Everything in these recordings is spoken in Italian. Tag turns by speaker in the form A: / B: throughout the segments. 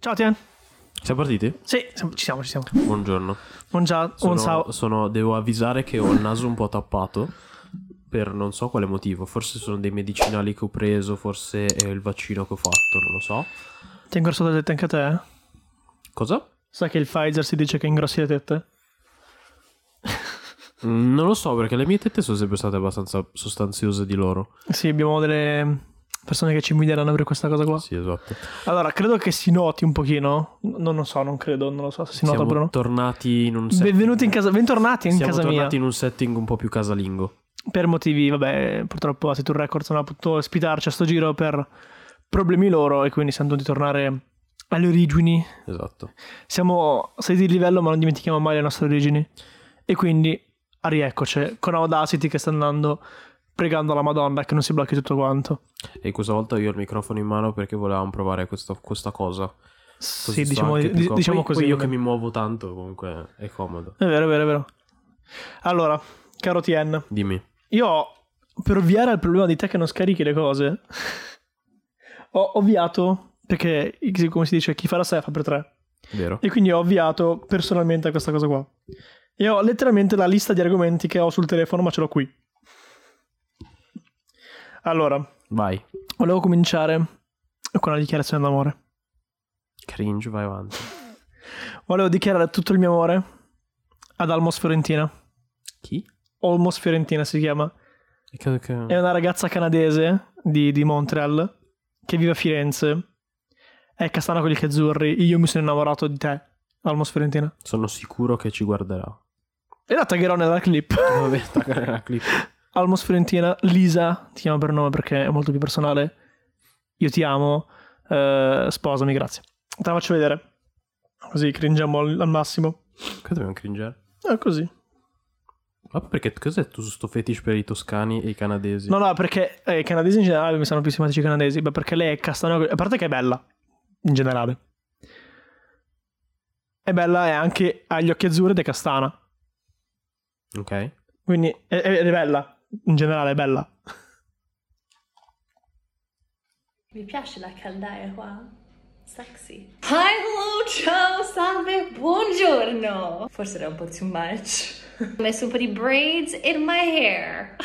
A: Ciao Tien.
B: Siamo partiti?
A: Sì, siamo- ci siamo, ci siamo.
B: Buongiorno.
A: Buongiorno, buon
B: Sono,
A: ciao.
B: sono- devo avvisare che ho il naso un po' tappato per non so quale motivo. Forse sono dei medicinali che ho preso, forse è il vaccino che ho fatto, non lo so.
A: Ti ingrosso le tette anche a te?
B: Cosa?
A: Sai che il Pfizer si dice che ingrossi le tette?
B: Mm, Non lo so perché le mie tette sono sempre state abbastanza sostanziose di loro.
A: Sì, abbiamo delle persone che ci invidieranno per questa cosa qua.
B: Sì, esatto.
A: Allora, credo che si noti un pochino. No, non lo so, non credo, non lo so se si nota
B: Siamo
A: Bruno.
B: tornati in un set-
A: Benvenuti in casa, bentornati in
B: Siamo
A: casa mia.
B: tornati in un setting un po' più casalingo.
A: Per motivi, vabbè, purtroppo la Tour Records non ha potuto ospitarci a sto giro per problemi loro e quindi siamo dovuti tornare alle origini
B: Esatto.
A: Siamo saliti di livello, ma non dimentichiamo mai le nostre origini. E quindi, a rieccoci con Audacity che sta andando pregando alla Madonna che non si blocchi tutto quanto.
B: E questa volta io ho il microfono in mano perché volevamo provare questa, questa cosa. Così
A: Sì,
B: sto
A: diciamo,
B: anche più
A: di-
B: co-
A: diciamo
B: poi-
A: così.
B: Poi io che mi muovo tanto comunque è comodo.
A: È vero, è vero, è vero. Allora, caro Tien,
B: Dimmi.
A: io per ovviare al problema di te che non scarichi le cose, ho ovviato, perché come si dice, chi fa la sé fa per tre.
B: Vero.
A: E quindi ho ovviato personalmente a questa cosa qua. E ho letteralmente la lista di argomenti che ho sul telefono, ma ce l'ho qui. Allora,
B: Vai.
A: volevo cominciare con una dichiarazione d'amore.
B: Cringe, vai avanti.
A: Volevo dichiarare tutto il mio amore ad Almos Fiorentina.
B: Chi?
A: Almos Fiorentina si chiama.
B: E credo che-
A: È una ragazza canadese di, di Montreal che vive a Firenze. È castana con gli azzurri. Io mi sono innamorato di te, Almos Fiorentina.
B: Sono sicuro che ci guarderà.
A: E la taggerò nella clip.
B: Vabbè, attaccare la clip.
A: Almos Fiorentina, Lisa, ti chiamo per nome perché è molto più personale. Io ti amo, eh, sposami, grazie. Te la faccio vedere. Così cringiamo al, al massimo.
B: Che dobbiamo cringere?
A: È così.
B: Ma perché cos'è tu sto fetish per i toscani e i canadesi?
A: No, no, perché eh, i canadesi in generale mi sono più simpatici i canadesi. Beh, perché lei è castano. A parte che è bella, in generale. È bella e anche ha gli occhi azzurri ed è castana.
B: Ok.
A: Quindi è, è- è bella. In generale è bella.
C: Mi piace la caldaia qua. Sexy. Hi, hello, ciao, salve, buongiorno. Forse era un po' too much. Ho messo un po' di braids in my hair.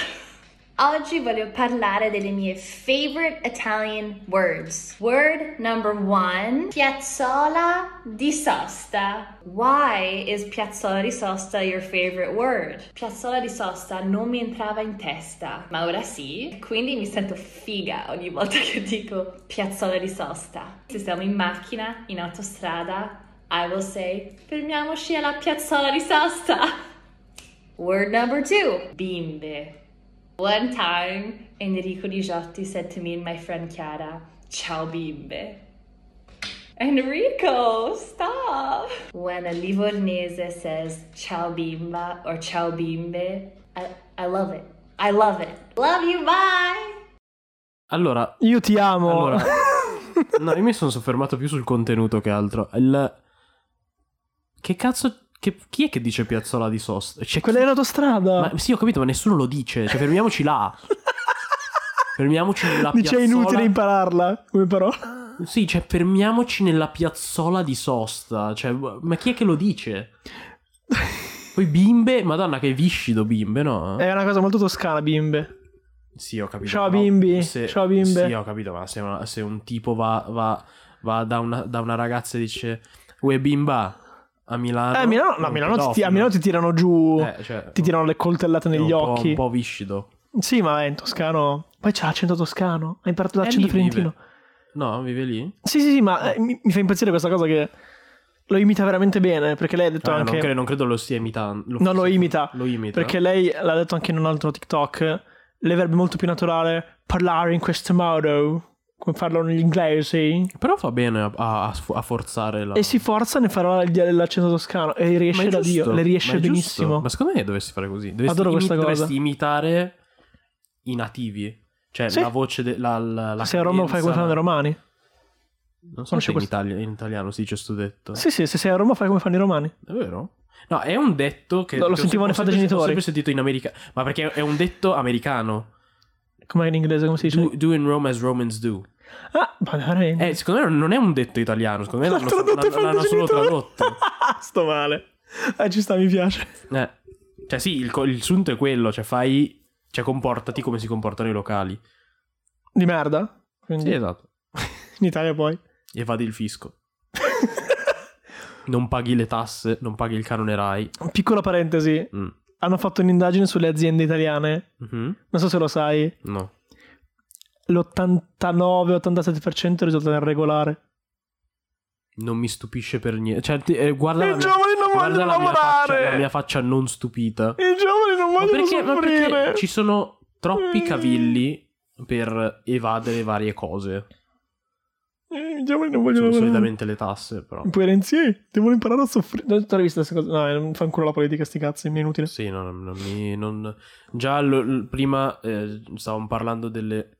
C: Oggi voglio parlare delle mie favorite Italian words. Word number one, piazzola di sosta. Why is piazzola di sosta your favorite word? Piazzola di sosta non mi entrava in testa, ma ora sì, quindi mi sento figa ogni volta che dico piazzola di sosta. Se siamo in macchina, in autostrada, I will say fermiamoci alla piazzola di sosta. Word number two, bimbe. One time, Enrico Di Giotti said to me and my friend Chiara, Ciao bimbe. Enrico, stop! When a Livornese says ciao bimba or ciao bimbe, I, I love it. I love it. Love you, bye!
B: Allora,
A: Io ti amo.
B: Allora, no, io mi sono soffermato più sul contenuto che altro. Il... Che cazzo... Che... Chi è che dice piazzola di sosta? Cioè,
A: Quella è l'autostrada.
B: Ma sì, ho capito, ma nessuno lo dice. Cioè, fermiamoci là. fermiamoci nella
A: Dice è
B: piazzola.
A: inutile impararla come parola.
B: Sì, cioè, fermiamoci nella piazzola di sosta. Cioè, ma chi è che lo dice? Poi bimbe, madonna, che viscido bimbe, no?
A: È una cosa molto toscana, bimbe.
B: Sì, ho capito.
A: Eh, Ciao,
B: ma
A: bimbi. Ciao, bimbe.
B: Sì, ho capito, ma se, una- se un tipo va, va- va da, una, da una ragazza e dice, uè bimba, a Milano.
A: Eh, a Milano,
B: è
A: no, a
B: un
A: Milano ti- ti,
B: Ah, pedofilo.
A: a Milano ti tirano giù,
B: Eh, cioè,
A: ti tirano le coltellate
B: è un
A: negli
B: po'-
A: occhi.
B: Un po' viscido.
A: Sì, ma è in toscano. Poi c'è l'accento toscano. Hai imparato
B: Eh,
A: l'accento
B: lì vive.
A: fiorentino.
B: No, vive lì?
A: Sì, sì, sì, ma eh, mi, mi fa impazzire questa cosa che lo imita veramente bene. Perché lei ha detto
B: Ah,
A: anche.
B: non, credo, non credo lo stia imitando.
A: No, lo imita.
B: Lo imita.
A: Perché lei l'ha detto anche in un altro TikTok. Le verbe molto più naturale. Parlare in questo modo. Come farlo negli inglesi.
B: Però fa bene a, a- a sfo- a forzare la...
A: E si forza nel fare il- l'accento toscano. E
B: Ma
A: riesce
B: è
A: da
B: giusto,
A: Dio. Le
B: ma
A: riesce
B: è giusto.
A: benissimo.
B: Ma secondo me dovresti fare così. Dovresti,
A: Adoro questa cosa.
B: dovresti imitare i nativi. Cioè
A: Sì.
B: la voce, de- la, la, la
A: Se a Roma lo fai come
B: cadenza.
A: fanno i romani.
B: Non so
A: Non c'è
B: se in,
A: questo.
B: Italia- in italiano si dice sto detto.
A: Sì, sì, se sei a Roma fai come fanno i romani.
B: È vero? No, è un detto che...
A: No, lo
B: che ho
A: sentivano
B: se-
A: i
B: ho sempre-
A: fantagenitori.
B: Ho sempre sentito in America... Ma perché è un detto americano.
A: Com'è in inglese? Come si dice?
B: Do, do in Rome as Romans do.
A: Ah, ma veramente.
B: Eh, secondo me non è un detto italiano, secondo me
A: L'ha
B: l'hanno,
A: tradotto in
B: l'hanno- l'hanno solo
A: francese.
B: tradotto.
A: Sto male. Ah, ci sta, mi piace.
B: Eh. Cioè sì, il, co- il sunto è quello, cioè fai... Cioè comportati come si comportano i locali.
A: Di merda. Quindi,
B: Sì, esatto.
A: in Italia poi.
B: Evadi il fisco. Non paghi le tasse, non paghi il canone RAI.
A: Piccola parentesi.
B: Mm.
A: Hanno fatto un'indagine sulle aziende italiane.
B: Mhm.
A: Non so se lo sai.
B: No.
A: L'89-87% risulta nel regolare.
B: Non mi stupisce per niente. Cioè, ti- eh, guarda la
A: I
B: mia-
A: giovani non
B: guarda
A: vogliono
B: la mia
A: lavorare.
B: faccia- la mia faccia non stupita.
A: I giovani non
B: Ma
A: vogliono
B: perché, ma perché
A: soffrire.
B: ci sono troppi
A: Mm.
B: cavilli per evadere varie cose.
A: Eh, I giovani non
B: Sono
A: vogliono lavorare.
B: solitamente le tasse, però.
A: Coerenzie, devono imparare a soffrire. Non l'hai vista questa cosa? No, eh, non fa ancora la politica, sti cazzi, mi è inutile.
B: Sì, no, non- non mi- non- Già lo- l- prima eh, stavamo parlando delle...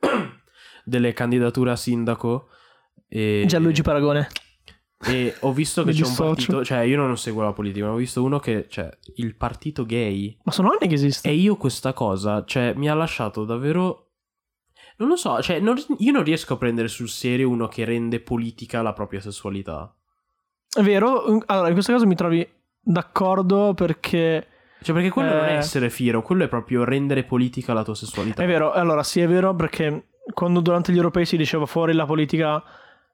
B: delle candidature a sindaco. E...
A: Gianluigi Paragone.
B: E ho visto che
A: Mi
B: c'è un
A: dissocio.
B: partito, cioè io non seguo la politica, ma ho visto uno che, cioè, il partito gay.
A: Ma sono anni che esiste.
B: E io questa cosa, cioè, mi ha lasciato davvero... Non lo so, cioè, non- io non riesco a prendere sul serio uno che rende politica la propria sessualità.
A: È vero? Allora, in questo caso mi trovi d'accordo perché
B: Cioè, perché quello non è
A: Eh.
B: essere fiero, quello è proprio rendere politica la tua sessualità.
A: È vero, allora sì è vero perché quando durante gli europei si diceva fuori la politica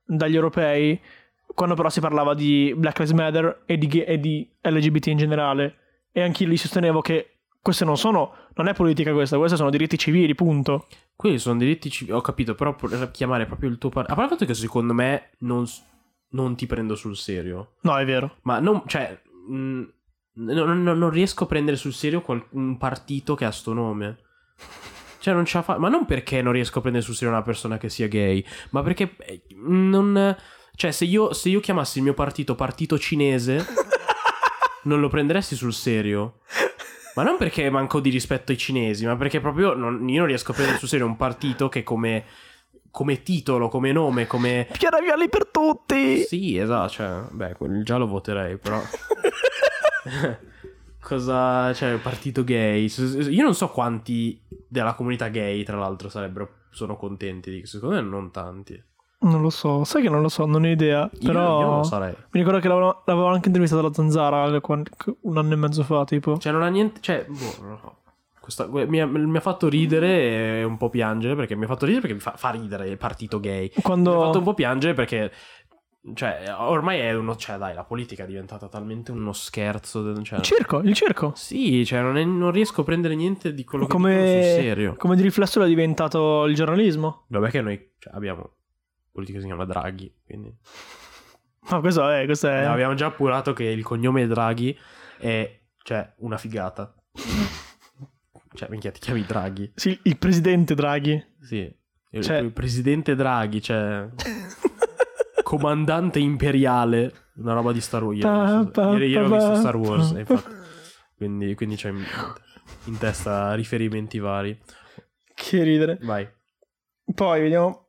A: dagli europei, quando però si parlava di Black Lives Matter e di, gay- e di LGBT in generale, e anche lì sostenevo che queste non sono, non è politica questa, queste sono diritti civili, punto.
B: Quelli sono diritti civili, ho capito, però per chiamare proprio il tuo partito... A parte il fatto che secondo me non, s- non ti prendo sul serio.
A: No, è vero.
B: Ma non, cioè, mh, no- no- no- non riesco a prendere sul serio qual- un partito che ha sto nome. Cioè, non ce la fa- Ma non perché non riesco a prendere sul serio una persona che sia gay, ma perché eh, non. Cioè, se io, se io chiamassi il mio partito partito cinese, non lo prenderesti sul serio. Ma non perché manco di rispetto ai cinesi, ma perché proprio non- io non riesco a prendere sul serio un partito che come, come titolo, come nome, come.
A: Fiera viali per tutti!
B: Sì, esatto, cioè, beh, quel- già lo voterei, però cosa, cioè, il partito gay. S- s- Io non so quanti della comunità gay, tra l'altro, sarebbero sono contenti di secondo me non tanti.
A: Non lo so, sai che non lo so, non ho idea,
B: Io-
A: però...
B: io non lo sarei.
A: Mi ricordo che l'avevo, l'avevo anche intervistata la Zanzara quan- un anno e mezzo fa, tipo.
B: Cioè, non ha niente, cioè, boh, non lo so. Questa- que- mi, ha, mi ha fatto ridere e un po' piangere perché mi ha fatto ridere perché mi fa, fa ridere il partito gay. Mi ha
A: Quando...
B: fatto un po' piangere perché cioè, ormai è uno, cioè, dai, la politica è diventata talmente uno scherzo, cioè,
A: Il circo, il circo.
B: Sì, cioè non, è- non riesco a prendere niente di quello che dicono sul
A: Come,
B: serio.
A: come di riflesso l'ha diventato il giornalismo.
B: Vabbè che noi cioè, abbiamo politico che si chiama Draghi, quindi
A: Ma questo è, questo è...
B: No, abbiamo già appurato che il cognome Draghi è cioè una figata. cioè, minchia, ti chiami Draghi?
A: Sì, il presidente Draghi.
B: Sì. Il,
A: Cioè-
B: il presidente Draghi, cioè comandante imperiale, una roba di Star Wars. Ieri, ho visto-
A: Pa, pa,
B: ieri- ieri ho
A: pa,
B: visto
A: pa,
B: Star Wars, eh,
A: pa.
B: infatti. Quindi, quindi c'è in- in testa riferimenti vari.
A: che ridere.
B: Vai.
A: Poi vediamo...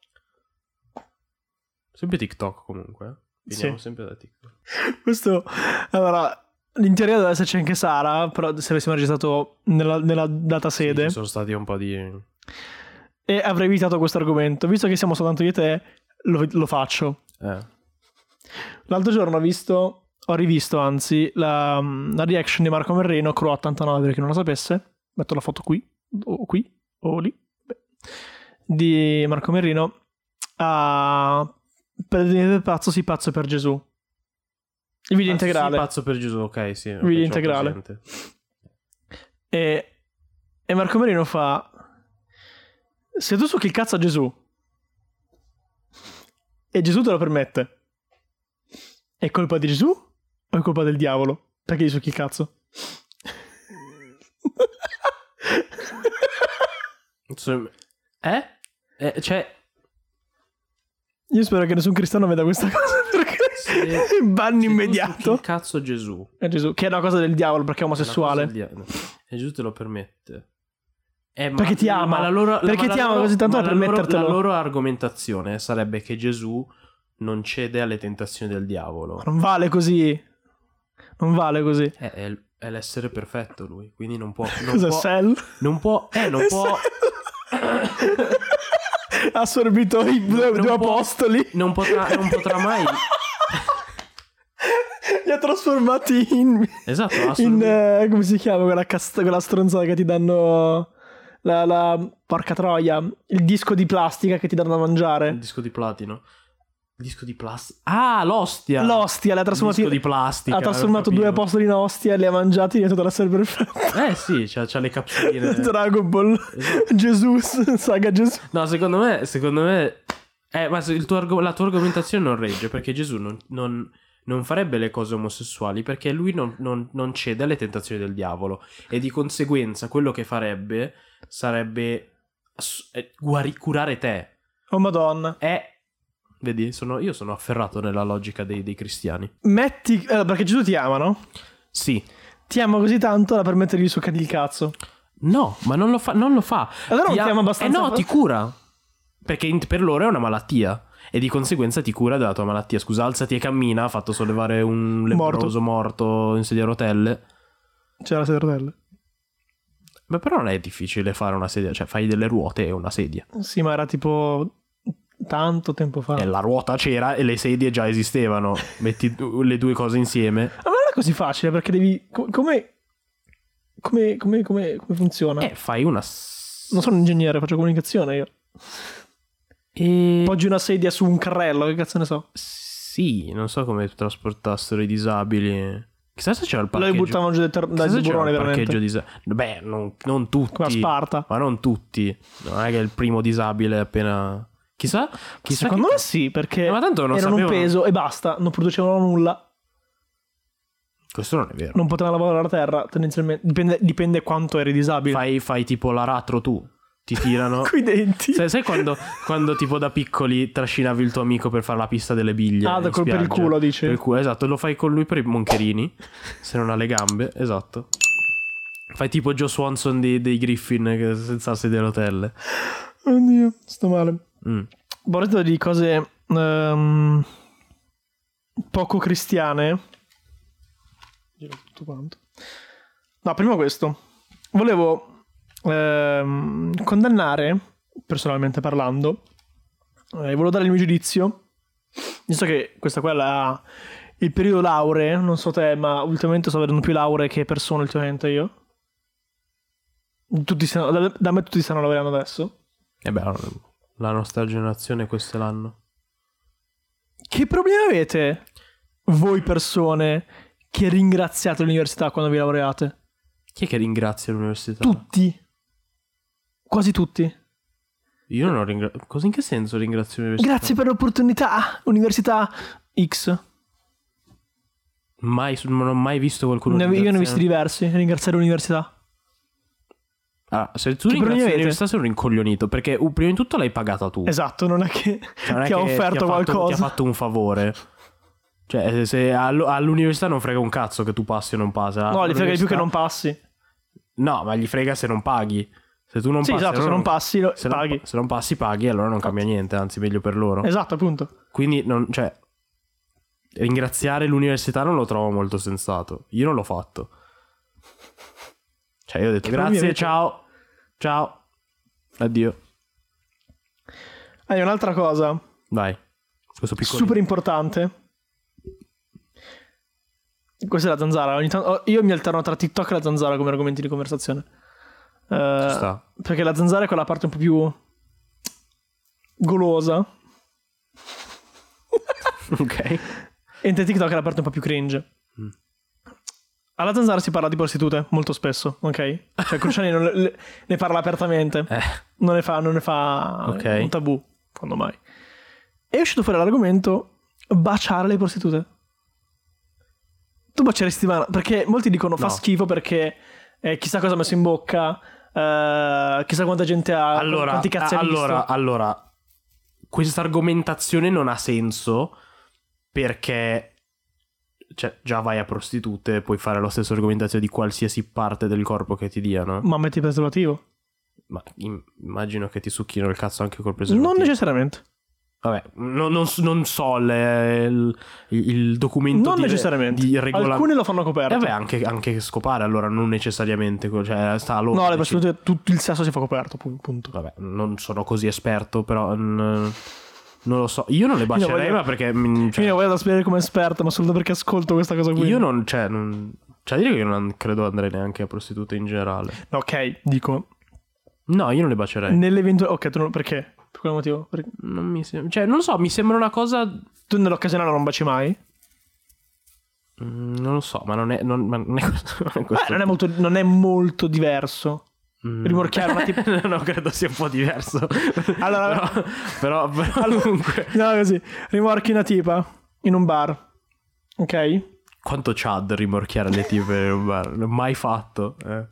B: Sempre TikTok comunque.
A: Sì.
B: Veniamo sempre da TikTok.
A: Questo... Allora... In teoria doveva esserci anche Sara, però se avessimo registrato nella, nella data
B: Sì,
A: sede
B: ci sono stati un po' di... eh.
A: e avrei evitato questo argomento. Visto che siamo soltanto io e te, lo- lo faccio.
B: Eh.
A: L'altro giorno ho visto, ho rivisto anzi, la, la reaction di Marco Merreno, Cro 89 per chi non lo sapesse, metto la foto qui, o qui, o lì, beh, di Marco Merrino a Per pazzo si pazzo per Gesù. Il video
B: Ah,
A: integrale.
B: sì, pazzo per Gesù, ok, sì. ok,
A: Video
B: ce l'ho
A: integrale.
B: presente.
A: E, e Marco Merino fa: Se tu succhi il cazzo a Gesù e Gesù te lo permette, è colpa di Gesù o è colpa del diavolo? Perché gli succhi il cazzo?
B: Insomma, eh? Eh, Cioè,
A: Io spero che nessun cristiano veda questa cosa perché
B: Se-
A: banno
B: se tu succhi
A: immediato.
B: Il cazzo a Gesù.
A: È Gesù, che è una cosa del diavolo perché è omosessuale.
B: È una cosa del dia- E Gesù te lo permette. Eh, ma-
A: Perché ti ama.
B: ma la loro- la-
A: Perché
B: ma la
A: ti ama
B: loro-
A: così tanto
B: ma
A: da
B: la loro-
A: permettertelo.
B: La loro argomentazione sarebbe che Gesù non cede alle tentazioni del diavolo.
A: Ma non vale così. Non vale così.
B: Eh, è, l- è l'essere perfetto lui, quindi non può... Non
A: Cos'è
B: può
A: Sel?
B: Non può... Eh, non può...
A: Esatto. ha assorbito i due,
B: non
A: due
B: può-
A: apostoli.
B: non potrà- non potrà mai-
A: Li ha trasformati in.
B: Esatto,
A: in
B: assolutamente.
A: eh, come si chiama quella, cast- quella stronzata che ti danno. La, la- Porca troia. Il disco di plastica che ti danno da
B: Il
A: mangiare.
B: disco di platino. Il disco di plastica. Ah, l'ostia.
A: L'ostia, l'ha
B: Il
A: trasformato
B: disco
A: in-
B: di plastica.
A: Ha trasformato
B: avevo
A: due
B: capito.
A: apostoli in ostia, li ha mangiati e è diventata la serie perfetta.
B: Eh sì, c'ha, c'ha le capsuline.
A: Dragon Ball.
B: Esatto.
A: Gesù, saga Gesù.
B: No, secondo me, secondo me... Eh, ma se il tuo argo- la tua argomentazione non regge, perché Gesù non, non- non farebbe le cose omosessuali, perché lui non, non- non cede alle tentazioni del diavolo. E di conseguenza quello che farebbe sarebbe ass- eh, guari- curare te.
A: Oh madonna.
B: È... Vedi, sono- io sono afferrato nella logica dei, dei cristiani.
A: Metti... eh, perché Gesù ti ama, no?
B: Sì.
A: Ti ama così tanto da permettergli di succarti il cazzo.
B: No, ma non lo fa. Non lo fa.
A: Allora non ti
B: am-
A: ama abbastanza
B: Eh no,
A: per-
B: ti cura. Perché in- per loro è una malattia. E di conseguenza ti cura della tua malattia. Scusa, alzati e cammina. Ha fatto sollevare un leproso morto, in sedia a rotelle.
A: C'era la sedia a rotelle.
B: Ma però non è difficile fare una sedia. Cioè, fai delle ruote e una sedia.
A: Sì, ma era tipo... Tanto tempo fa.
B: E la ruota c'era e le sedie già esistevano. Metti du- le due cose insieme.
A: Ma non è così facile perché devi... co- Come... Come, come, come, come funziona?
B: E fai una. s-
A: Non sono un ingegnere, faccio comunicazione io.
B: E...
A: Poggi una sedia su un carrello, che cazzo ne so.
B: Sì, non so come trasportassero i disabili. Chissà se c'era il
A: Lo
B: parcheggio.
A: buttavano giù dai ter- dai
B: Chissà se c'era
A: burrone
B: un parcheggio
A: veramente.
B: disa- Beh, non, non tutti.
A: Come a Sparta.
B: Ma non tutti. Non è che il primo disabile è appena. Chissà. chissà
A: Secondo
B: che-
A: me sì, perché
B: Eh, ma tanto non
A: erano un
B: sapevano.
A: peso e basta, non producevano nulla.
B: Questo non è vero.
A: non poteva lavorare la terra tendenzialmente dipende, dipende quanto eri disabile
B: Fai, fai tipo l'aratro tu. Ti tirano.
A: Coi denti
B: sai, sai quando, quando tipo da piccoli trascinavi il tuo amico per fare la pista delle biglie?
A: Ah,
B: in
A: da col- per il
B: spiaggia?
A: culo, dici.
B: Per il culo, esatto. Lo fai con lui per i moncherini. se non ha le gambe, esatto. Fai tipo Joe Swanson dei, dei Griffin che- senza sedere a rotelle.
A: oddio sto male
B: Mm.
A: parlando di cose ehm, poco cristiane giro tutto quanto no prima questo volevo ehm, condannare personalmente parlando eh, volevo dare il mio giudizio visto che questa qua è la- il periodo lauree non so te ma ultimamente sto vedendo più lauree che persone ultimamente io tutti stanno- da- da me tutti stanno lavorando adesso
B: E Eh beh, la nostra generazione questo è l'anno.
A: Che problemi avete voi persone che ringraziate l'università quando vi laureate?
B: Chi è che ringrazia l'università?
A: Tutti. Quasi tutti.
B: Io non ringrazio. Cosa in che senso ringrazio l'università?
A: Grazie per l'opportunità, Ah, università X.
B: Mai, su- non ho mai visto qualcuno
A: Ne- io ne ho visti
B: ringraziare.
A: diversi, ringraziare l'università.
B: Ah, se tu
A: Che problemi
B: ringrazi
A: avete?
B: l'università sei un rincoglionito, perché uh, prima di tutto l'hai pagata tu.
A: Esatto, non è che
B: Uh. Cioè, non è
A: ti ha
B: che
A: offerto
B: ti ha fatto-
A: qualcosa.
B: Ti ha fatto un favore. Cioè, se allo- all'università non frega un cazzo che tu passi o non passi.
A: no, gli frega di più
B: All'università-
A: che non passi.
B: No, ma gli frega se non paghi. Se tu non
A: sì,
B: passi,
A: esatto, se
B: allora
A: non passi, lo-
B: se non-
A: paghi.
B: se non passi, paghi, allora non cambia niente, anzi, meglio per loro.
A: Esatto, appunto.
B: Quindi, non, cioè, ringraziare l'università non lo trovo molto sensato. Io non l'ho fatto. Cioè, io ho detto
A: Che problemi
B: grazie,
A: avete?"
B: ciao, ciao, addio.
A: Hai un'altra cosa
B: Vai. Questo piccolo.
A: super importante. Questa è la zanzara. Ogni tan- oh, io mi alterno tra TikTok e la zanzara come argomenti di conversazione. Eh,
B: Ci sta.
A: perché la zanzara è quella parte un po' più golosa.
B: ok.
A: Mentre TikTok è la parte un po' più cringe.
B: Mm.
A: Alla zanzara si parla di prostitute molto spesso, ok? Cioè Cruciani non le- le- ne parla apertamente.
B: Eh,
A: Non ne fa, non ne fa
B: Ok.
A: un tabù, quando mai. È uscito fuori l'argomento baciare le prostitute. Tu baceresti Ivana? Perché molti dicono fa
B: No.
A: schifo perché eh, chissà cosa ha messo in bocca, eh, chissà quanta gente ha,
B: allora,
A: quanti cazzi ha
B: allora,
A: visto.
B: allora, questa argomentazione non ha senso perché cioè, già vai a prostitute, puoi fare la stessa argomentazione di qualsiasi parte del corpo che ti diano.
A: Ma metti il preservativo?
B: Ma im- immagino che ti succhino il cazzo anche col preservativo.
A: Non necessariamente.
B: Vabbè, no- non, so- non so le- il, il documento
A: Non
B: di,
A: necessariamente.
B: di regola-
A: Alcuni lo certo. fanno coperto.
B: Eh beh, anche, anche scopare allora non necessariamente, cioè sta a loro.
A: no, le
B: dec-
A: possibilità tutto il sesso si fa coperto, pu- punto.
B: Vabbè, non sono così esperto, però mm, non lo so. Io non le
A: voglio-
B: bacerei, ma perché mm, cioè,
A: Quindi io voglio da spiegare come esperto, ma solo perché ascolto questa cosa qui.
B: io non cioè, non cioè dire che io non credo andrei neanche a prostitute in generale.
A: No, Ok, dico.
B: No, io non le bacerei.
A: Nell'eventuale. Ok, tu non... perché? Per quale motivo? Perché
B: Non mi sem- cioè, non lo so, mi sembra una cosa
A: tu nell'occasionale non baci mai?
B: Mm, non lo so, ma non è non, ma non è questo. Non è
A: Beh,
B: questo.
A: Ah, non è molto, non è molto diverso.
B: Mm.
A: rimorchiare una
B: no, no, credo sia un po' diverso.
A: Allora-
B: però, però, però comunque
A: No, così. Rimorchi una tipa in un bar. Ok?
B: Quanto Chad rimorchiare le tipe in un bar? Non l'ho mai fatto. eh.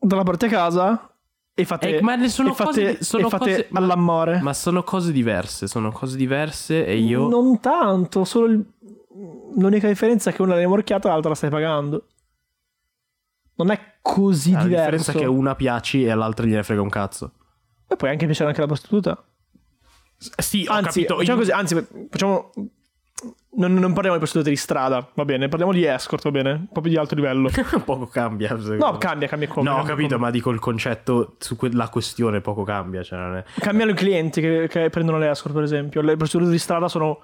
A: Dalla porti a casa e fate,
B: Eh, ma ne sono
A: e fate,
B: cose- sono
A: e fate
B: cose- ma-
A: all'amore.
B: Ma sono cose diverse, sono cose diverse e io...
A: Eh? Non tanto, solo il- l'unica differenza è che una l'hai morchiata e l'altra la stai pagando. Non è così
B: la differenza
A: diverso.
B: è che una piaci e all'altra gliene frega un cazzo.
A: E puoi anche piacere anche la prostituta.
B: Sì, ho
A: Anzi,
B: capito.
A: facciamo così, anzi, facciamo... Non, non parliamo di prostitute di strada, va bene, parliamo di escort, va bene, proprio di alto livello.
B: poco cambia. secondo
A: No,
B: me.
A: cambia, cambia come.
B: no, ho capito, ma dico il concetto, su que- la questione poco cambia. Cioè non è...
A: Cambiano i clienti che, che prendono le escort, per esempio. Le prostitute di strada sono...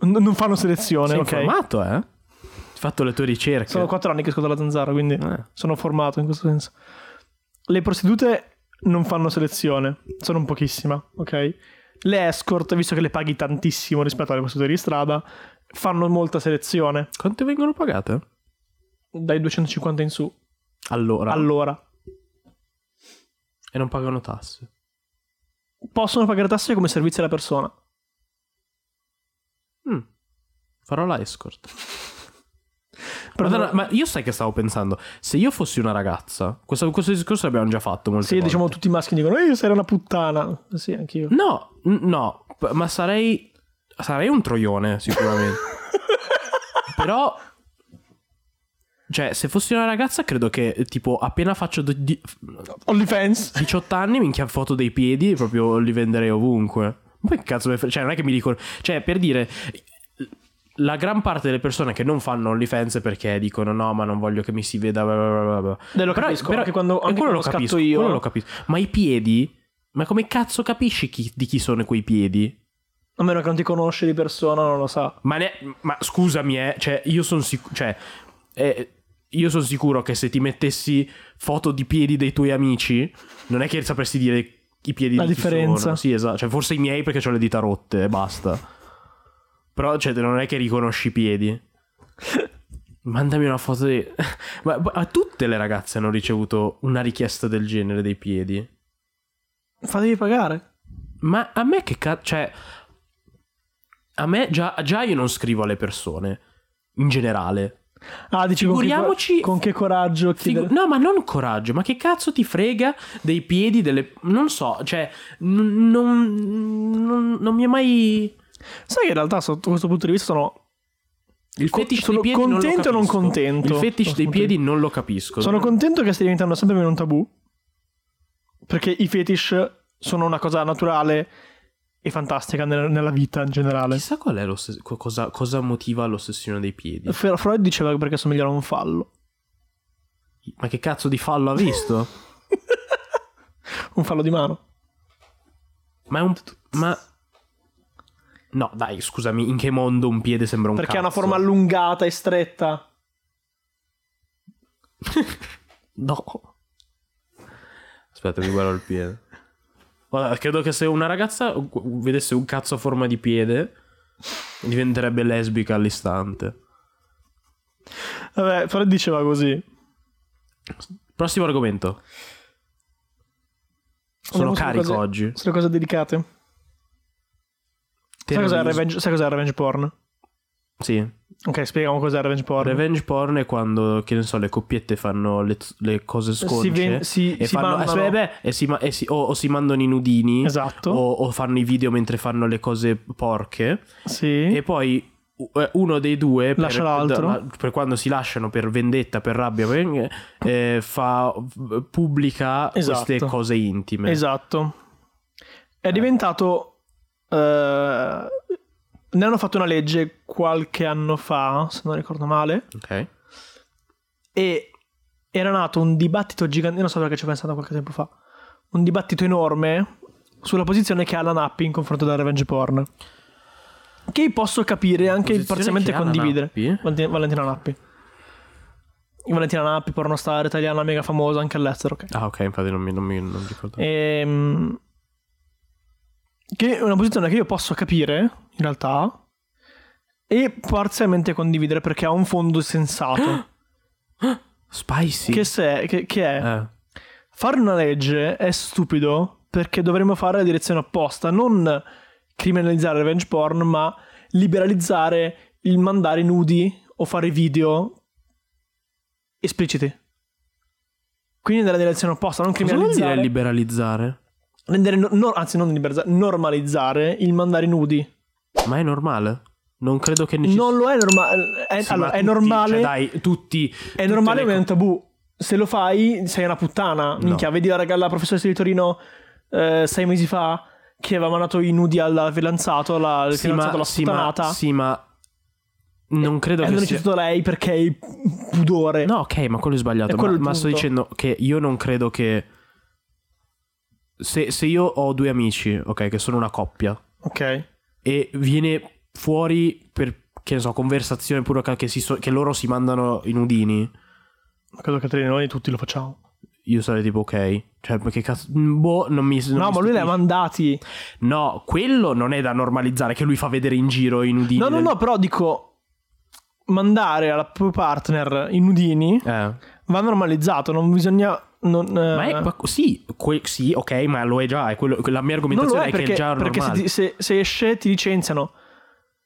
A: n- non fanno selezione,
B: Sei
A: ok?
B: informato, eh? Hai fatto le tue ricerche.
A: Sono quattro anni che ascolto la zanzara, quindi
B: Eh.
A: sono formato in questo senso. Le prostitute non fanno selezione, sono un pochissima, ok? Le escort, visto che le paghi tantissimo rispetto alle prostitute di strada, fanno molta selezione,
B: Quanto vengono pagate?
A: dai 250 in su,
B: Allora.
A: all'ora.
B: e non pagano tasse.
A: Possono pagare tasse come servizio alla persona.
B: Mm. Farò la escort.
A: Però
B: Madonna, ma io sai che stavo pensando? Se io fossi una ragazza, questo, questo discorso l'abbiamo già fatto molte
A: sì,
B: volte.
A: diciamo tutti i maschi dicono, io sarei una puttana. Sì, anch'io.
B: No, n- no, p- ma sarei. Sarei un troione, sicuramente. Però. Cioè, se fossi una ragazza, credo che, tipo, appena faccio do- di-
A: OnlyFans.
B: 18 anni, minchia foto dei piedi, proprio li venderei ovunque. Ma poi che cazzo me fre- Cioè, non è che mi dicono. Cioè, per dire. La gran parte delle persone che non fanno OnlyFans è perché dicono no, ma non voglio che mi si veda. Bla bla bla bla bla.
A: Beh, lo capisco, anche quando-
B: eh,
A: anche
B: quello
A: quando
B: lo
A: scatto
B: capisco,
A: io.
B: quello lo capisco. Ma i piedi. Ma come cazzo capisci chi- di chi sono quei piedi?
A: A meno che non ti conosce di persona, non lo sa.
B: Ma, ne- ma scusami, eh, cioè, io sono sicuro. Cioè, eh, io sono sicuro che se ti mettessi foto di piedi dei tuoi amici, non è che sapresti dire i piedi
A: La
B: di chi
A: differenza.
B: sono. Sì, esatto. Cioè, forse i miei perché ho le dita rotte e basta. Però, cioè, non è che riconosci i piedi. Mandami una foto di. ma, ma tutte le ragazze hanno ricevuto una richiesta del genere dei piedi.
A: Fatevi pagare.
B: Ma a me che cazzo. Cioè. A me già, già io non scrivo alle persone. In generale.
A: Ah, dici con che,
B: Figuriamoci-
A: con che coraggio
B: Figu-
A: chiedere-
B: no, ma non coraggio. Ma che cazzo ti frega dei piedi delle. Non so, cioè. n- non, non- non mi è mai.
A: Sai che in realtà sotto questo punto di vista sono,
B: Il
A: Co-
B: fetish
A: sono
B: dei piedi. non lo
A: contento o non
B: capisco.
A: contento?
B: Il fetish dei
A: Sono
B: piedi non lo capisco.
A: sono contento che stia diventando sempre meno un tabù. Perché i fetish sono una cosa naturale e fantastica nel- nella vita in generale.
B: Chissà qual è l'ossessione. Cosa, cosa motiva l'ossessione dei piedi.
A: Fe- Freud diceva che perché somigliava a un fallo.
B: Ma che cazzo di fallo ha visto?
A: un fallo di mano.
B: ma è un. Ma. No, dai, scusami, in che mondo un piede sembra un
A: perché
B: cazzo?
A: ha una forma allungata e stretta.
B: No. Aspetta, mi guardo il piede. Guarda, credo che se una ragazza gu- vedesse un cazzo a forma di piede, diventerebbe lesbica all'istante.
A: Vabbè, Freud diceva così.
B: Prossimo argomento. Sono
A: Andiamo sulle
B: carico
A: cose-
B: oggi.
A: Sulle cose delicate. Sai cos'è, il
B: Terrorismo-
A: revenge, sai cos'è il revenge porn?
B: Sì.
A: Ok, spieghiamo cos'è il revenge porn.
B: Revenge porn è quando, che ne so, le coppiette fanno le, le cose sconce.
A: Si ven- si-
B: e
A: si
B: fanno-
A: mandano-
B: eh, beh, e si ma- e si- o, o si mandano i nudini.
A: Esatto.
B: O, o fanno i video mentre fanno le cose porche.
A: Sì.
B: E poi u- eh, uno dei due, per,
A: Lascia l'altro.
B: da- per quando si lasciano per vendetta, per rabbia, per- eh, fa, pubblica
A: Esatto.
B: queste cose intime. Eh.
A: Esatto. È diventato eh, ne hanno fatto una legge qualche anno fa, se non ricordo male,
B: Ok.
A: e era nato un dibattito gigante, non so perché ci ho pensato qualche tempo fa, un dibattito enorme sulla posizione che ha la Nappi in confronto della revenge porn. Che posso capire anche
B: Posizione
A: parzialmente
B: che ha la
A: condividere.
B: Nappi?
A: Valent- Valentina Nappi. Valentina Nappi, pornostar italiana mega famosa anche all'estero, ok.
B: Ah, ok, infatti non mi, non mi- non mi ricordo.
A: Ehm, che è una posizione che io posso capire, in realtà, e parzialmente condividere perché ha un fondo
B: Ah,
A: sensato.
B: Spicy.
A: Che, se- che- che è?
B: Eh.
A: Fare una legge è stupido perché dovremmo fare la direzione opposta, non criminalizzare il revenge porn, ma liberalizzare il mandare nudi o fare video espliciti. Quindi nella direzione opposta, non
B: Cosa vuol dire
A: criminalizzare.
B: liberalizzare?
A: rendere no- no- anzi non liberalizzare, normalizzare il mandare nudi.
B: Ma è normale? Non credo che necess-
A: Non lo è normale, è,
B: Sì,
A: allora,
B: ma
A: è
B: tutti-
A: normale,
B: Cioè, dai, tutti.
A: è normale ma
B: tutte
A: è
B: le
A: un tabù. Se lo fai sei una puttana, minchia, vedi la, raga, la professoressa di Torino eh, sei mesi fa che aveva mandato i nudi alla fidanzato, alla al
B: co- Sì,
A: fidanzato
B: ma,
A: alla
B: sì, ma,
A: sputtanata.
B: sì, ma Non credo
A: e
B: che
A: hanno
B: sia.
A: citato lei perché è il pudore.
B: No, ok, ma quello è
A: È
B: sbagliato.
A: quello
B: ma,
A: il
B: ma sto
A: punto.
B: dicendo che io non credo che. Se, se io ho due amici, ok, che sono una coppia,
A: Ok.
B: e viene fuori per, che ne so, conversazione pure ca- che, si so- che loro si mandano i nudini,
A: Credo che tra di noi tutti lo facciamo.
B: io sarei tipo, ok, cioè, ma che cazzo. mm, Boh, non mi. non
A: no,
B: mi
A: ma lui li ha
B: stupisce.
A: mandati.
B: No, quello non è da normalizzare, che lui fa vedere in giro i nudini.
A: No, no,
B: del-
A: no, però dico mandare al proprio partner i nudini
B: Eh.
A: va normalizzato, non bisogna non,
B: Ma è,
A: eh,
B: ma- sì, que- sì, ok, ma lo è già. È quello, la mia
A: non lo
B: argomentazione
A: è
B: è,
A: perché,
B: che è già
A: perché se,
B: normale.
A: ti- se- se esce ti licenziano.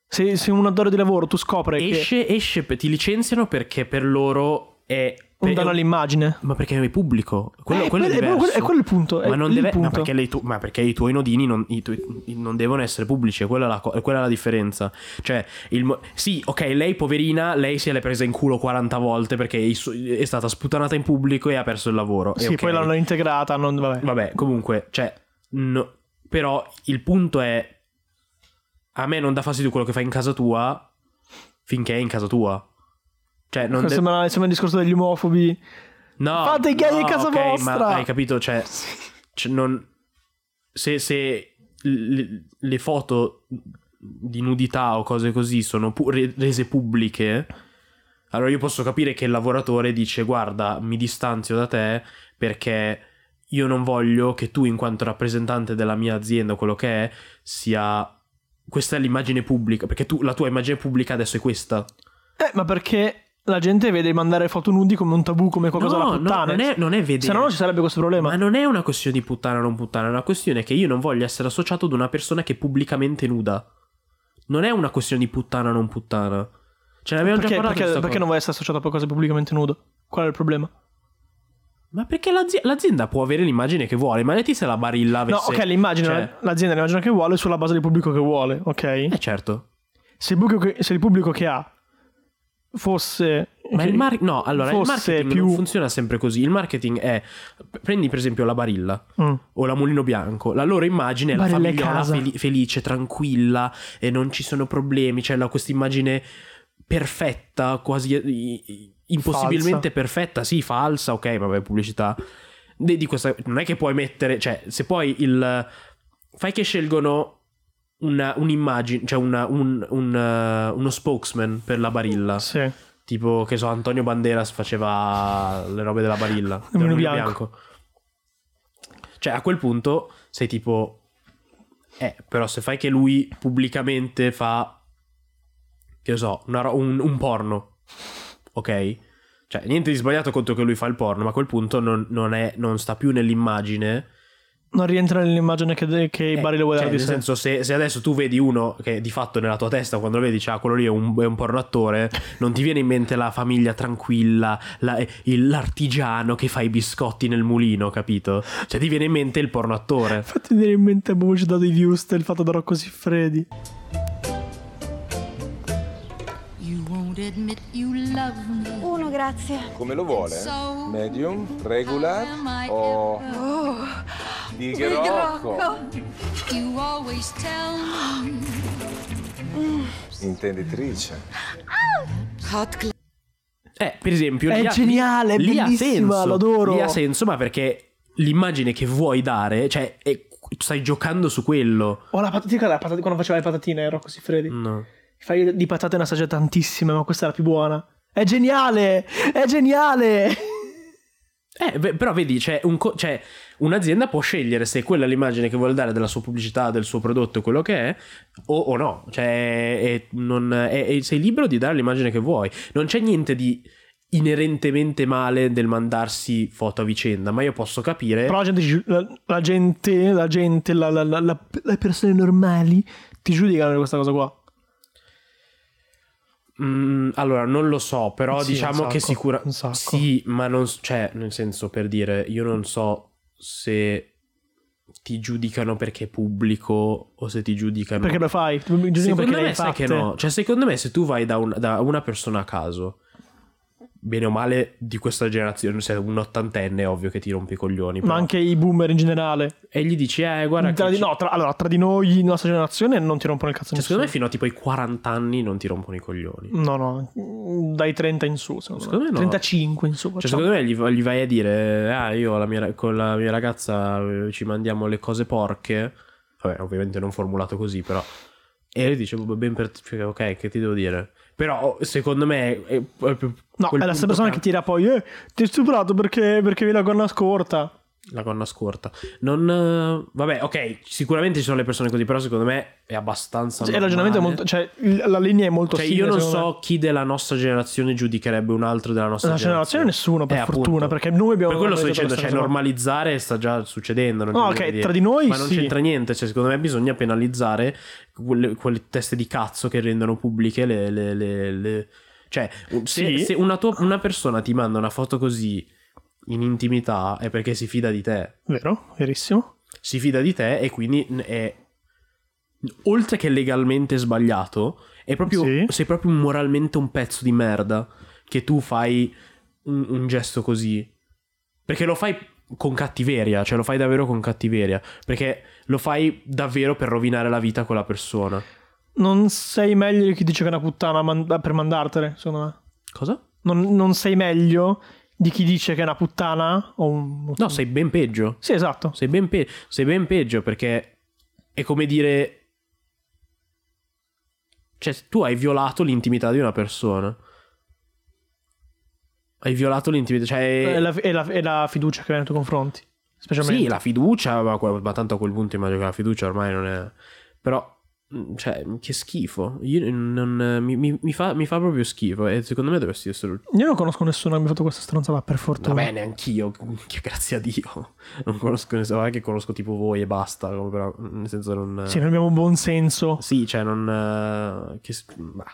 A: Se, se un datore di lavoro tu scopre che
B: esce, esce, pe- ti licenziano perché per loro è.
A: un
B: per-
A: danno all'immagine.
B: ma perché è pubblico? Quello,
A: Eh,
B: quello è
A: quello-
B: diverso.
A: quello- è quello il punto, è
B: Ma, non
A: il
B: deve, ma
A: punto.
B: perché, le tu- ma perché i tuoi nodini non, i tuoi- i- non devono essere pubblici? Quella è la, co- quella è la differenza. Cioè, il mo- sì, ok, lei poverina, lei se l'è presa in culo 40 volte perché i su- è stata sputanata in pubblico e ha perso il lavoro. E
A: Sì,
B: eh, ok.
A: poi l'hanno integrata. Non, vabbè.
B: Vabbè, comunque, cioè, no- però il punto è, a me non dà fastidio quello che fai in casa tua finché è in casa tua. Cioè, non de-
A: sembra, sembra il discorso degli omofobi.
B: no,
A: fate i gay in
B: no,
A: casa
B: ok, ma
A: vostra!
B: hai capito? Cioè, cioè, non... se, se le, le foto di nudità o cose così sono pu- re- rese pubbliche, allora io posso capire che il lavoratore dice guarda, mi distanzio da te perché io non voglio che tu in quanto rappresentante della mia azienda o quello che è sia... Questa è l'immagine pubblica, perché tu, la tua immagine pubblica adesso è questa.
A: Eh, ma perché la gente vede mandare foto nudi come un tabù, come qualcosa
B: no,
A: da
B: no,
A: puttane.
B: non è, non è vedere.
A: Se no, non ci sarebbe questo problema.
B: Ma non è una questione di puttana o non puttana, è una questione che io non voglio essere associato ad una persona che è pubblicamente nuda. Non è una questione di puttana o non puttana. Ce l'abbiamo
A: perché,
B: già parlato. di
A: perché-
B: sta
A: perché
B: cosa.
A: non vuoi essere associato a qualcosa di pubblicamente nudo? Qual è il problema?
B: Ma perché l'azi- l'azienda può avere l'immagine che vuole, ma metti se la barilla avesse...
A: No, ok, l'immagine,
B: cioè-
A: l'azienda l'immagine che vuole sulla base del pubblico che vuole, ok?
B: Eh certo.
A: Se il pubblico che, se il pubblico che ha fosse...
B: Ma
A: che-
B: il, mar- no, allora, il
A: fosse
B: marketing
A: più-
B: non funziona sempre così. Il marketing è... Prendi per esempio la barilla.
A: Mm.
B: o la Mulino Bianco, la loro immagine è la
A: Barilla e
B: famiglia
A: casa.
B: felice, tranquilla e non ci sono problemi, c'è la- questa immagine perfetta, quasi i- i- impossibilmente perfetta, sì, falsa, ok, vabbè, pubblicità. Di di questa, non è che puoi mettere, cioè, se poi il fai che scelgono una- un'immagine, cioè una- un- un, eh, uno spokesman per la barilla.
A: Sì.
B: Tipo, che so, Antonio Banderas faceva le robe della barilla. del
A: mulino
B: mulino
A: bianco.
B: Cioè, a quel punto sei tipo... Eh, però se fai che lui pubblicamente fa... Che ne so, una ro- un, un porno. Ok? Cioè, niente di sbagliato contro che lui fa il porno, ma a quel punto non, non è, non sta più nell'immagine.
A: Non rientra nell'immagine che, che i
B: Eh,
A: Barilla vuole
B: cioè,
A: dare di
B: nel
A: sé.
B: senso, se, se adesso tu vedi uno che di fatto nella tua testa, quando lo vedi, dici, ah, quello lì è un, è un porno attore, non ti viene in mente la famiglia tranquilla, la- eh, il- l'artigiano che fa i biscotti nel mulino, capito? Cioè, ti viene in mente il porno attore.
A: Fatti venire in mente Bush da dei views del fatto da Rocco Siffredi.
D: You won't admit you love me.
E: Uno, grazie.
F: Come lo vuole?
D: So-
F: Medium? Regular?
D: Am I uh,
F: O
D: ever-
E: Oh,
F: di
E: il
F: grocco?
E: Grocco.
D: You always tell me
E: Intenditrice.
D: hot cl-
B: Eh, per esempio,
A: È
B: lì ha-
A: geniale, è
B: lì ha
A: bellissima,
B: senso.
A: lo adoro.
B: Lì ha senso, ma perché l'immagine che vuoi dare, cioè, è- stai giocando su quello.
A: O la patatina, la patata- quando faceva le patatine ero così freddi.
B: No.
A: Fai di patate ne assaggia tantissime, ma questa è la più buona. È geniale! È geniale!
B: Eh, beh, però vedi, cioè, un co- cioè, un'azienda può scegliere se quella è l'immagine che vuole dare della sua pubblicità, del suo prodotto, quello che è, o, o no. Cioè, è- non- è- è- sei libero di dare l'immagine che vuoi. Non c'è niente di inerentemente male del mandarsi foto a vicenda, ma io posso capire...
A: Però la gente, ci giu- la, la gente, la gente, la- la- la- la- le persone normali ti giudicano di questa cosa qua.
B: Mm, allora, non lo so, però
A: Sì,
B: diciamo
A: un
B: che
A: sacco,
B: sicura...
A: un sacco.
B: Sì, ma non... s- Cioè, nel senso, per dire, io non so se ti giudicano perché è pubblico o se ti giudicano...
A: Perché lo fai? Ti giudicano
B: Eh, Secondo
A: perché le
B: me
A: hai
B: sai che
A: fatte.
B: no. Cioè, secondo me, se tu vai da, un- da una persona a caso, bene o male di questa generazione, sei un ottantenne, è ovvio che ti rompi i coglioni.
A: Ma
B: però-
A: anche i boomer in generale.
B: E gli dici, eh, guarda.
A: Tra
B: che
A: di-
B: ci-
A: no, tra, allora, tra di noi, la nostra generazione, non ti rompono il cazzo
B: Cioè,
A: nessuno.
B: secondo me, fino a tipo i 40 anni non ti rompono i coglioni.
A: No, no, dai 30 in su, secondo,
B: Secondo
A: me.
B: me no.
A: 35 in su.
B: Cioè,
A: facciamo.
B: secondo me gli, gli vai a dire, ah, io la mia ra- con la mia ragazza eh, ci mandiamo le cose porche. Vabbè, ovviamente non formulato così, però. E lui dice, "Vabbè, ben per... cioè, ok, che ti devo dire? Però, oh, secondo me... È, è,
A: No, è la stessa persona che tira poi, eh, ti ho stuprato perché, perché avevi la gonna scorta.
B: La gonna scorta. Non. eh, Vabbè, ok, sicuramente ci sono le persone così, però secondo me è abbastanza.
A: Cioè, il ragionamento è molto.
B: normale.
A: Cioè, il- la linea è molto
B: Cioè,
A: simile.
B: io non
A: secondo
B: so chi della nostra generazione giudicherebbe un altro della
A: me.
B: nostra
A: La generazione,
B: generazione.
A: nessuno, per
B: Eh, appunto.
A: fortuna, perché noi abbiamo.
B: Per quello sto
A: normalizzato
B: dicendo,
A: questa
B: cioè,
A: cosa.
B: normalizzare sta già succedendo. non
A: No,
B: c'è
A: ok,
B: niente da
A: tra
B: dire.
A: di noi
B: Ma non
A: sì.
B: c'entra niente, cioè, secondo me bisogna penalizzare quelle, quelle teste di cazzo che rendono pubbliche le. le- le- le- Cioè, se,
A: Sì.
B: se una, tua- una persona ti manda una foto così in intimità è perché si fida di te.
A: Vero, verissimo.
B: si fida di te e quindi n- è oltre che legalmente sbagliato, è proprio,
A: Sì.
B: sei proprio moralmente un pezzo di merda che tu fai un, un gesto così. Perché lo fai con cattiveria, cioè lo fai davvero con cattiveria, perché lo fai davvero per rovinare la vita a quella persona.
A: Non sei meglio di chi dice che è una puttana man- per mandartene, secondo me.
B: Cosa?
A: Non, non sei meglio di chi dice che è una puttana o un.
B: No, sei ben peggio.
A: Sì, esatto.
B: Sei ben, pe- sei ben peggio perché è come dire... Cioè, tu hai violato l'intimità di una persona. Hai violato l'intimità,
A: È
B: cioè...
A: Eh, la, è la- è la fiducia che hai nei tuoi confronti. Specialmente.
B: Sì, la fiducia, ma, que- ma tanto a quel punto immagino che la fiducia ormai non è... Però, mh, cioè, che schifo. Io non- mi, mi- mi fa, mi fa proprio schifo e secondo me dovresti essere...
A: Io non conosco nessuno che mi ha fatto questa stronza là, per fortuna.
B: Va bene, anch'io, che grazie a Dio. Non conosco nessuno, è che conosco tipo voi e basta, come però, mm, nel senso non...
A: Sì, noi abbiamo buon senso.
B: Sì, cioè, non. eh, che, s- bah,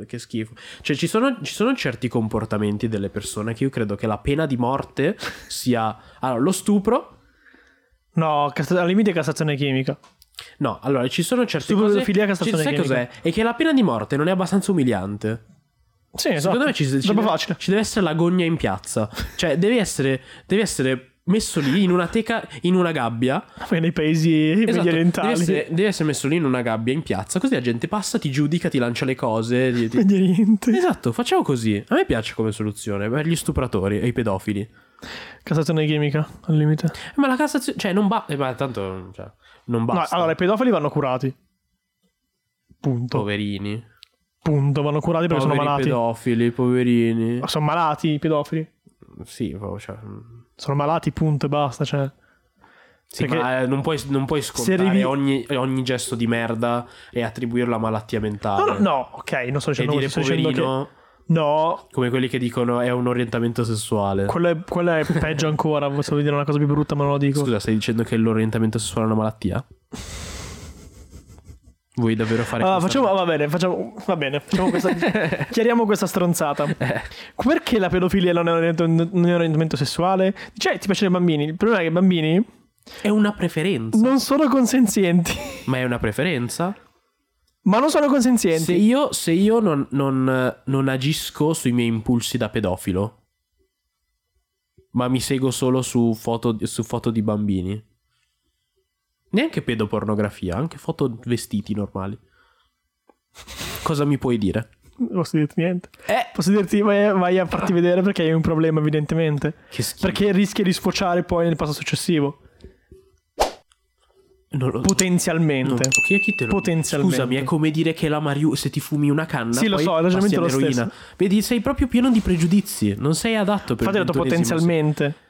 B: eh, che schifo. Cioè, ci sono, ci sono certi comportamenti delle persone che io credo che la pena di morte sia. Allora, lo stupro.
A: No, casta- al limite cassazione chimica.
B: No, allora, ci sono certi.
A: Stupro,
B: cose...
A: pedofilia,
B: ci-
A: castrazione
B: Sai
A: chimica.
B: cos'è? È che la pena di morte non è abbastanza umiliante.
A: Sì, esatto.
B: Secondo me ci, ci
A: Troppo
B: deve,
A: facile.
B: ci deve essere la gogna in piazza. Cioè, devi essere, devi essere messo lì in una teca, in una gabbia.
A: Come nei paesi
B: Esatto.
A: medio orientali.
B: Deve essere, deve essere messo lì in una gabbia in piazza. Così la gente passa, ti giudica, ti lancia le cose. ti- ti-
A: Medio Oriente.
B: Esatto, facciamo così. A me piace come soluzione per gli stupratori e i pedofili. Eh,
A: Cassazione chimica, al limite.
B: Ma la Cassazione, cioè, non basta. ma tanto, cioè, non
A: No,
B: basta.
A: allora, i pedofili vanno curati. Punto.
B: poverini.
A: Punto, vanno curati perché
B: Poveri
A: sono malati.
B: pedofili, poverini.
A: Ma Sono malati i pedofili.
B: Sì, proprio, cioè, mm.
A: Sono malati, punto e basta. Cioè.
B: Sì,
A: Perché
B: ma eh, non puoi, non puoi scontare
A: arrivi-
B: ogni, ogni gesto di merda e attribuirlo a malattia
A: No,
B: mentale.
A: no, no, ok, non sto
B: E
A: dicendo
B: dire
A: questo, sto dicendo
B: poverino,
A: che... No,
B: come quelli che dicono è un orientamento sessuale.
A: quello è, quello è peggio ancora. Volevo dire una cosa più brutta, ma non lo dico.
B: Scusa, stai dicendo che l'orientamento sessuale è una malattia? Vuoi davvero fare
A: Allora,
B: questa-
A: facciamo, va bene, facciamo, va bene, facciamo questa, chiariamo questa stronzata.
B: Eh.
A: Perché la pedofilia non è un orientamento- un orientamento sessuale? Cioè, ti piacciono i bambini. Il problema è che i bambini
B: È una preferenza.
A: non sono consenzienti.
B: Ma è una preferenza?
A: Ma non sono consenzienti.
B: Se io, se io non, non- non agisco sui miei impulsi da pedofilo, ma mi seguo solo su foto, su foto di bambini, Neanche pedopornografia, anche foto vestiti normali. Cosa mi puoi dire?
A: Non posso dirti niente.
B: Eh,
A: Posso dirti, vai, vai a
B: Ah.
A: farti vedere perché hai un problema, evidentemente.
B: che schifo.
A: Perché rischia di sfociare poi nel passo successivo.
B: Non lo-
A: Potenzialmente.
B: non- chi è chi te lo
A: Potenzialmente.
B: Scusami, è come dire che la Mariu se ti fumi una canna
A: Sì, lo
B: poi
A: so, è esattamente
B: passi
A: lo
B: all'eroina. Vedi, sei proprio pieno di pregiudizi, non sei adatto per
A: Infatti ho
B: il
A: detto
B: ventunesimo secolo.
A: potenzialmente.
B: Non sei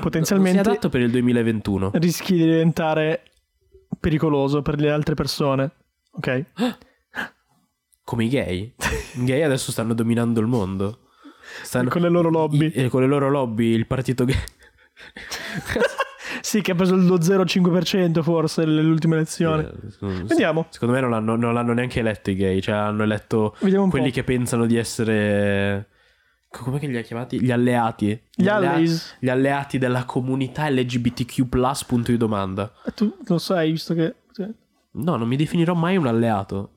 A: Potenzialmente Eh.
B: adatto per il 2021.
A: rischi di diventare pericoloso per le altre persone. Ok?
B: Come i gay. I gay adesso stanno dominando il mondo. Stanno-
A: Con le loro lobby.
B: i- eh, con le loro lobby, il partito gay.
A: Sì, che ha preso lo 0,5% forse nell'ultima elezione.
B: Eh, non-
A: Vediamo.
B: Secondo me non l'hanno, non l'hanno neanche eletto i gay, cioè hanno eletto
A: Vediamo un
B: quelli
A: po'.
B: che pensano di essere... co- Come che li ha chiamati? Gli alleati.
A: Gli
B: allea-
A: alleis.
B: Gli alleati della comunità LGBTQ+, punto di domanda.
A: Eh, Tu lo sai, visto che... cioè,
B: No, non mi definirò mai un alleato.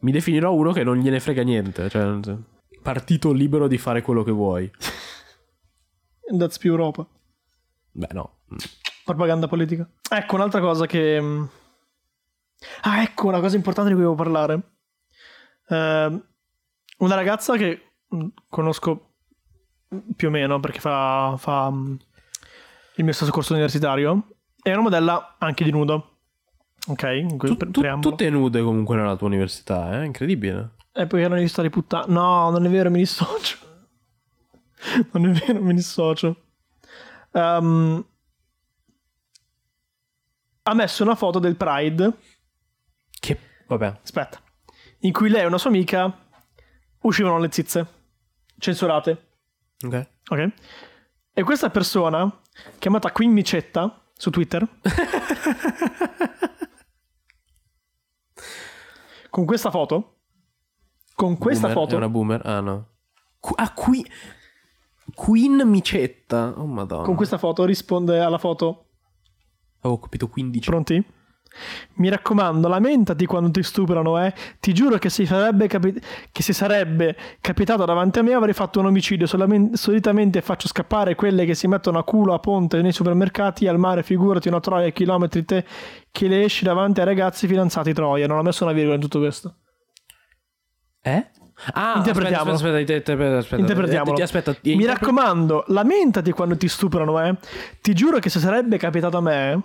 B: Mi definirò uno che non gliene frega niente. Cioè, non so. partito libero di fare quello che vuoi.
A: That's più Europa.
B: Beh, no.
A: Propaganda politica. Ecco, un'altra cosa che... mm, Ah, ecco, una cosa importante di cui volevo parlare. Ehm, una ragazza che mm, conosco più o meno perché fa, fa, mm, il mio stesso corso universitario, è una modella anche di nudo. Ok, in quel
B: Tu,
A: pre-
B: tu-
A: preambolo.
B: tutte nude comunque nella tua università, eh? Incredibile.
A: E poi erano gli storie puttana. No, non è vero, mi dissocio. non è vero, mi dissocio. Ehm, ha messo una foto del Pride.
B: Che... Vabbè.
A: Aspetta. In cui lei e una sua amica uscivano le zizze. Censurate.
B: Ok.
A: Ok? E questa persona, chiamata Queen Micetta su Twitter, con questa foto, con questa
B: Boomer?
A: foto,
B: È una boomer? Ah, no. Qu- ah, qui... Queen Micetta. Oh, madonna.
A: con questa foto risponde alla foto,
B: Avevo capito 15.
A: pronti? Mi raccomando, lamentati quando ti stuprano, eh. Ti giuro che se sarebbe, capi- che se sarebbe capitato davanti a me avrei fatto un omicidio. Solamen- solitamente faccio scappare quelle che si mettono a culo a ponte nei supermercati, al mare, figurati una troia a chilometri te che le esci davanti ai ragazzi fidanzati troia. Non ho messo una virgola in tutto questo.
B: Eh? Ah,
A: Interpretiamolo.
B: Aspetta, aspetta, aspetta, aspetta.
A: Interpretiamolo.
B: Eh, Aspetta, ti-
A: Mi
B: interpre-
A: raccomando, lamentati quando ti stuprano, eh. Ti giuro che se sarebbe capitato a me,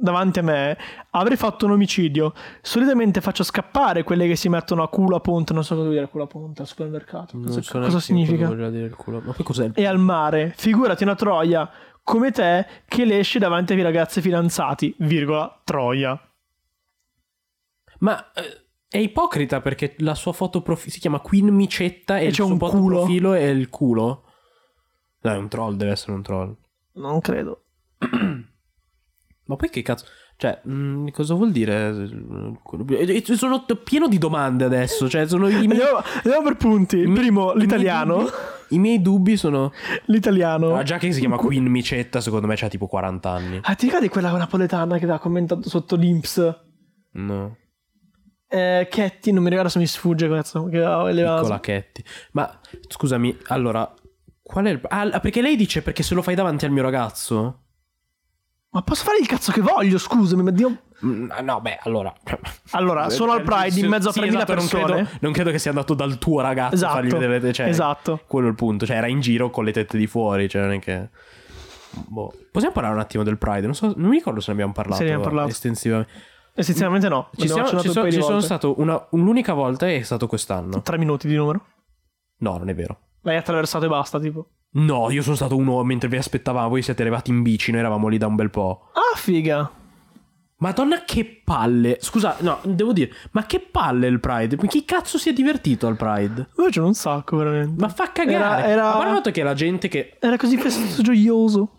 A: davanti a me, avrei fatto un omicidio. Solitamente faccio scappare quelle che si mettono a culo a ponte, non so cosa vuol dire culo a ponte al supermercato.
B: Non
A: Cosa,
B: so
A: cosa
B: neanche cosa
A: significa?
B: voleva dire il culo. Ma poi cos'è il
A: E al mare, figurati una troia come te che le esci davanti ai ragazzi fidanzati, virgola, troia.
B: Ma eh, è ipocrita perché la sua foto profi- si chiama Queen Micetta
A: E
B: e, il
A: c'è
B: suo
A: un
B: foto
A: culo.
B: profilo è il culo. Dai, è un troll, deve essere un troll.
A: Non credo.
B: Ma poi che cazzo... Cioè, mh, cosa vuol dire? Eh, eh, Sono t- pieno di domande adesso. Cioè, sono i miei...
A: Andiamo, andiamo per punti.
B: i miei-
A: Primo,
B: i miei
A: l'italiano.
B: dubbi- I miei dubbi sono...
A: L'italiano.
B: Ah, già che si chiama Queen Micetta, secondo me c'ha tipo 40 anni.
A: Ah, ti ricordi quella napoletana che aveva commentato sotto l'Inps?
B: No.
A: Eh, Ketty, non mi ricordo se mi sfugge cazzo. Che aveva elevato-
B: Piccola Ketty. Ma scusami, allora... Qual è il... Ah, perché lei dice perché se lo fai davanti al mio ragazzo...
A: Ma posso fare il cazzo che voglio, scusami, ma Dio...
B: Mm, No, beh, allora. cioè,
A: Allora, sono al Pride in mezzo a
B: Sì,
A: 3.000
B: esatto, non
A: persone.
B: credo- Non credo, che sia andato dal tuo ragazzo a fargli
A: Esatto,
B: vedere. Cioè,
A: esatto.
B: Quello è il punto. Cioè, era in giro con le tette di fuori. Cioè, non è che. Boh. Possiamo parlare un attimo del Pride? Non, so- non mi ricordo se ne abbiamo parlato,
A: Se ne abbiamo parlato.
B: estensivamente.
A: E Eh, sinceramente no.
B: Ci, siamo- ci sono, ci sono stato una, un'unica volta e è stato quest'anno.
A: 3 minuti di numero.
B: No, non è vero.
A: L'hai attraversato e basta, tipo.
B: No, io sono stato uno mentre vi aspettavamo. Voi siete arrivati in bici. Noi eravamo lì da un bel po'.
A: Ah, figa.
B: Madonna che palle. Scusa, no, devo dire, ma che palle il Pride? Chi cazzo si è divertito al Pride?
A: Ma c'è un sacco, veramente.
B: Ma fa cagare.
A: Era- era-
B: A parte il fatto che la gente che
A: Era così festoso, gioioso.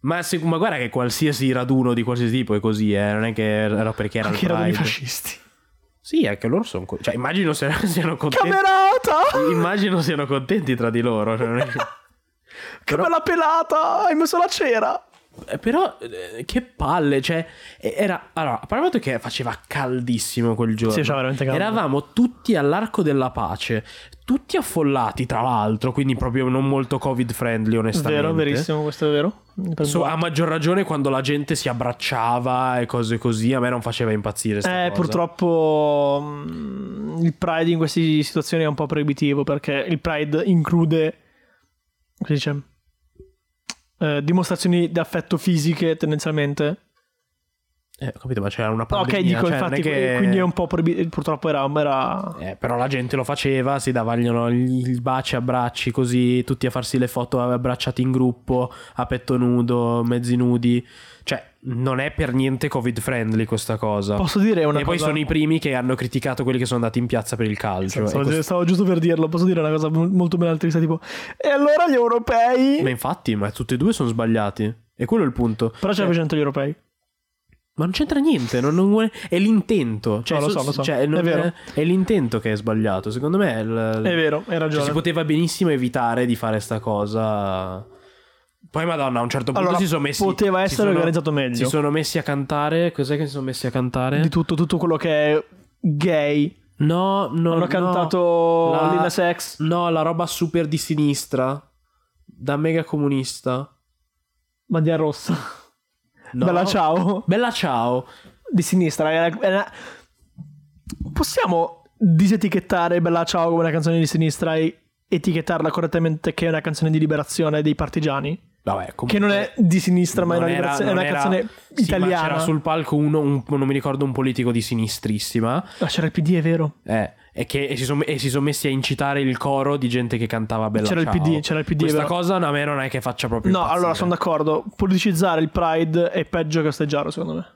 B: ma, se- ma guarda che qualsiasi raduno di qualsiasi tipo è così, eh, non è che era perché era il
A: Anche erano i
B: Pride.
A: fascisti.
B: Sì, anche loro sono co- cioè immagino se- siano contenti.
A: Camerata!
B: Immagino siano contenti tra di loro, cioè non è che-
A: Che bella pelata! Hai messo la cera!
B: Eh, Però eh, che palle, cioè eh, era allora, a parte il fatto che faceva caldissimo quel giorno.
A: Sì, faceva veramente caldo.
B: Eravamo tutti all'arco della pace, tutti affollati tra l'altro, quindi proprio non molto covid friendly onestamente.
A: Vero, verissimo, questo è vero. Mi prendo-
B: So, a maggior ragione quando la gente si abbracciava e cose così, a me non faceva impazzire sta
A: Eh,
B: cosa.
A: purtroppo mm, il Pride in queste situazioni è un po' proibitivo perché il Pride include come si dice, eh, dimostrazioni di affetto fisiche tendenzialmente.
B: Eh, ho capito, ma c'era una
A: No,
B: pandemia,
A: ok, dico
B: cioè, non
A: infatti,
B: è che-
A: quindi è un po' proibitivo. Purtroppo era. era-
B: Eh, però la gente lo faceva, si davano i baci, abbracci così, tutti a farsi le foto abbracciati in gruppo, a petto nudo, mezzi nudi. Cioè, non è per niente covid friendly questa cosa.
A: Posso dire una
B: e poi
A: cosa?
B: sono i primi che hanno criticato quelli che sono andati in piazza per il calcio.
A: Stavo,
B: e questo-
A: stavo giusto per dirlo, posso dire una cosa mo- molto benealtrista, tipo, e allora gli europei?
B: Ma infatti, ma tutti e due sono sbagliati. E quello è il punto.
A: Però c'è
B: Cioè,
A: 100 gli europei.
B: Ma non c'entra niente, non- non vuole- è l'intento. Cioè,
A: No, lo
B: so-
A: so, lo so,
B: cioè, non-
A: è vero.
B: è l'intento che è sbagliato. Secondo me è il-
A: È vero, hai
B: Cioè,
A: ragione.
B: si poteva benissimo evitare di fare sta cosa. Poi, madonna, a un certo punto
A: Allora,
B: si sono messi.
A: poteva
B: si
A: essere
B: sono-
A: organizzato meglio.
B: Si sono messi a cantare. Cos'è che si sono messi a cantare?
A: Di tutto, tutto quello che è gay.
B: No, no.
A: Hanno
B: no.
A: cantato
B: La-
A: Lil Nas X.
B: No, la roba super di sinistra. Da mega comunista.
A: Bandiera rossa.
B: No.
A: Bella ciao.
B: Bella ciao.
A: Di sinistra. era- era- Possiamo disetichettare Bella ciao come una canzone di sinistra e etichettarla correttamente che è una canzone di liberazione dei partigiani?
B: Vabbè, comunque-
A: Che non è di sinistra, ma è
B: Non
A: una,
B: era-
A: liberazione- è
B: non
A: una
B: era-
A: canzone
B: sì, ma
A: italiana.
B: c'era sul palco uno, un- non mi ricordo, un politico di sinistrissima.
A: Ah, c'era il PD, è vero.
B: Eh, e che e si sono messi a incitare il coro di gente che cantava Bella
A: C'era il
B: Ciao.
A: PD, c'era il PD,
B: Questa
A: vero.
B: cosa a me non è che faccia proprio
A: No,
B: impazzire.
A: allora sono d'accordo. Politicizzare il Pride è peggio che osteggiarlo, secondo me.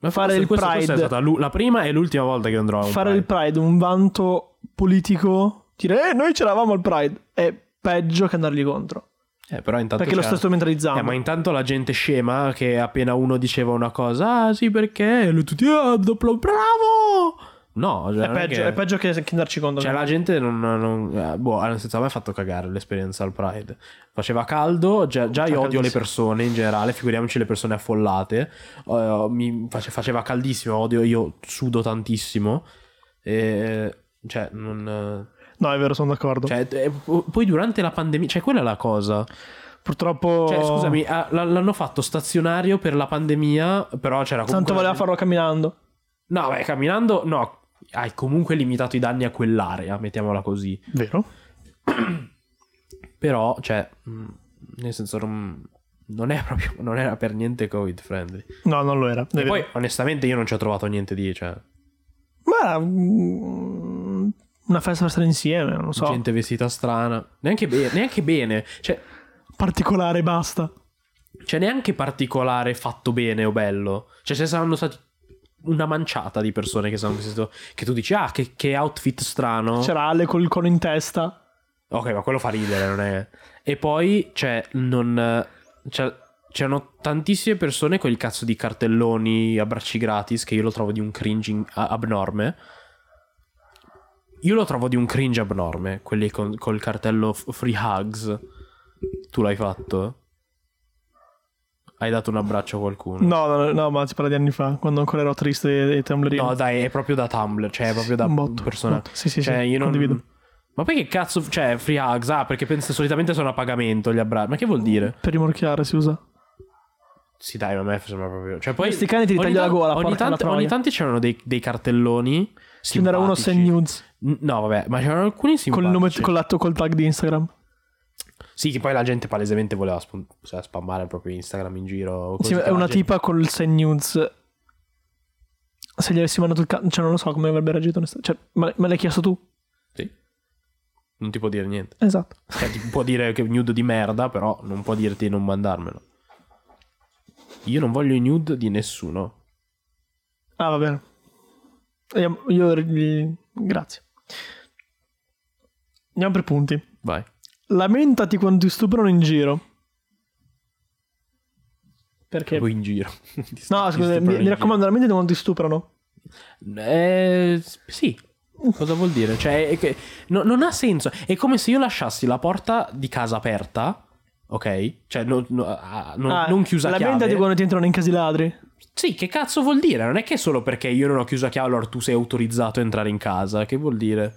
B: Ma
A: fare
B: forse
A: il
B: questa- questa
A: Pride-
B: è stata l'u- la prima e l'ultima volta che andrò a un
A: Fare il
B: Pride.
A: Pride un vanto politico, dire eh, noi c'eravamo al Pride, è peggio che andargli contro.
B: Eh, però intanto
A: Perché lo
B: c'era-
A: sta strumentalizzando.
B: Eh, ma intanto la gente scema che appena uno diceva una cosa, ah sì perché, e lui tutti, ah, doppio, bravo! No, cioè,
A: È
B: non è
A: peggio,
B: che-
A: è peggio che che andarci contro.
B: Cioè, la gente non. non- eh, boh, nel senso, a me ha fatto cagare l'esperienza al Pride. Faceva caldo, già, già
A: Fa
B: io odio le
A: caldissimo.
B: persone in generale, figuriamoci le persone affollate. Eh, mi face- faceva caldissimo, odio, io sudo tantissimo. E, cioè, non.
A: No, è vero, sono d'accordo.
B: Cioè, eh, po- poi durante la pandemia, cioè, quella è la cosa.
A: Purtroppo...
B: Cioè, scusami, ah, l- l'hanno fatto stazionario per la pandemia, però c'era comunque.
A: Tanto voleva farlo camminando.
B: No, beh, camminando, no. Hai comunque limitato i danni a quell'area, mettiamola così.
A: Vero?
B: Però, cioè, mh, nel senso, non, non è proprio, non era per niente covid friendly.
A: No, non lo era. è
B: E
A: vero.
B: poi, onestamente, io non ci ho trovato niente di, cioè,
A: Ma era mm, una festa per stare insieme, non lo so.
B: gente vestita strana, neanche, be- neanche bene, cioè,
A: Particolare, basta.
B: cioè, neanche particolare fatto bene o bello. Cioè, ci saranno stati una manciata di persone che sono vestite, che tu dici, ah, che, che outfit strano.
A: C'era Ale col cono in testa.
B: Ok, ma quello fa ridere, non è... E poi, cioè, non... cioè, c'erano tantissime persone con il cazzo di cartelloni, abbracci gratis, che io lo trovo di un cringe in- a- abnorme. Io lo trovo di un cringe abnorme, quelli con- col cartello f- free hugs. Tu l'hai fatto? Hai dato un abbraccio a qualcuno?
A: No, no, no, ma si parla di anni fa, quando ancora ero triste e tumblerino.
B: Mm. No, dai, è proprio da Tumblr, cioè è proprio da
A: un botto,
B: persona.
A: un botto. Sì, sì,
B: cioè,
A: sì,
B: io non...
A: condivido.
B: Ma poi che cazzo, cioè, free hugs? Ah, perché penso solitamente sono a pagamento gli abbracci. Ma che vuol dire?
A: Per rimorchiare si usa.
B: Sì, dai, ma a me sembra proprio. Cioè, poi.
A: Questi cani ti
B: ogni
A: tagliano
B: tan-
A: la gola,
B: Ogni
A: porca la
B: tanto,
A: troia.
B: ogni tanto c'erano dei, dei cartelloni.
A: Ce n'era uno
B: simpatici.
A: Sen Nudes
B: N- No, vabbè, ma c'erano alcuni
A: col,
B: simpatici.
A: nome, col, la- col tag di Instagram.
B: Sì, che poi la gente palesemente voleva spam- cioè, spammare proprio Instagram in giro. così
A: Sì,
B: che
A: è
B: la
A: una
B: gente-
A: tipa col Sen Nudes. Se gli avessi mandato il cazzo, cioè non lo so come avrebbe reagito. onest- Cioè, ma, ma l'hai chiesto tu?
B: Sì. Non ti può dire niente.
A: Esatto.
B: Cioè, ti può dire che è un nude di merda, però non può dirti di non mandarmelo. Io non voglio i nude di nessuno.
A: Ah, va bene. Io, io- gli- grazie. Andiamo per punti.
B: Vai.
A: Lamentati quando ti stuprano in giro. Perché?
B: Poi in giro.
A: No, scusa, mi, mi raccomando, lamentati quando ti stuprano.
B: Eh, sì. Cosa vuol dire? Cioè, è che- no- non ha senso. È come se io lasciassi la porta di casa aperta ok? Cioè, no- no- ah, non-
A: Ah,
B: non chiusa chiave.
A: Lamentati quando ti entrano in casi ladri.
B: Sì, che cazzo vuol dire? Non è che solo perché io non ho chiuso la chiave allora tu sei autorizzato a entrare in casa. Che vuol dire?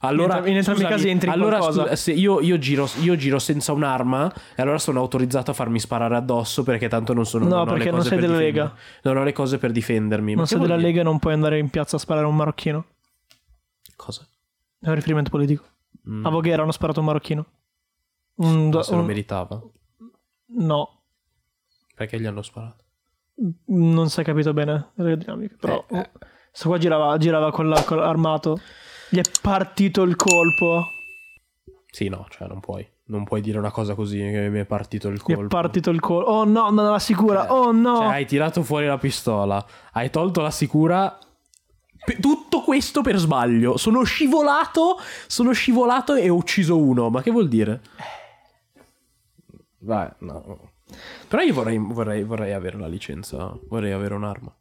B: Allora,
A: In entrambi- in entrambi i
B: scusami,
A: casi entri in
B: allora,
A: qualcosa.
B: scusa, se io, io giro, io giro senza un'arma e allora sono autorizzato a farmi sparare addosso perché tanto non sono...
A: No,
B: non ho le
A: perché non
B: cose
A: sei
B: per
A: della
B: difender-
A: Lega.
B: Non ho le cose per difendermi. Ma
A: Non
B: che
A: sei
B: vuol
A: della
B: dire?
A: Lega e non puoi andare in piazza a sparare a un marocchino.
B: Cosa?
A: È un riferimento politico.
B: Mm,
A: A Voghera hanno sparato un marocchino. Un,
B: ma se lo
A: un-
B: meritava.
A: no,
B: Perché gli hanno sparato?
A: non si è capito bene le dinamiche. Però oh,
B: Eh, eh.
A: sto qua girava, girava con, la- con l'armato. Gli è partito il colpo.
B: Sì, no, cioè non puoi. Non puoi dire una cosa così che mi è partito il
A: Gli
B: colpo.
A: è partito il colpo. Oh no, non la sicura.
B: Cioè,
A: oh no.
B: Cioè, hai tirato fuori la pistola, hai tolto la sicura. Pe- Tutto questo per sbaglio. Sono scivolato, sono scivolato e ho ucciso uno. Ma che vuol dire? Vai, no. Però io vorrei, vorrei, vorrei avere una licenza, vorrei avere un'arma.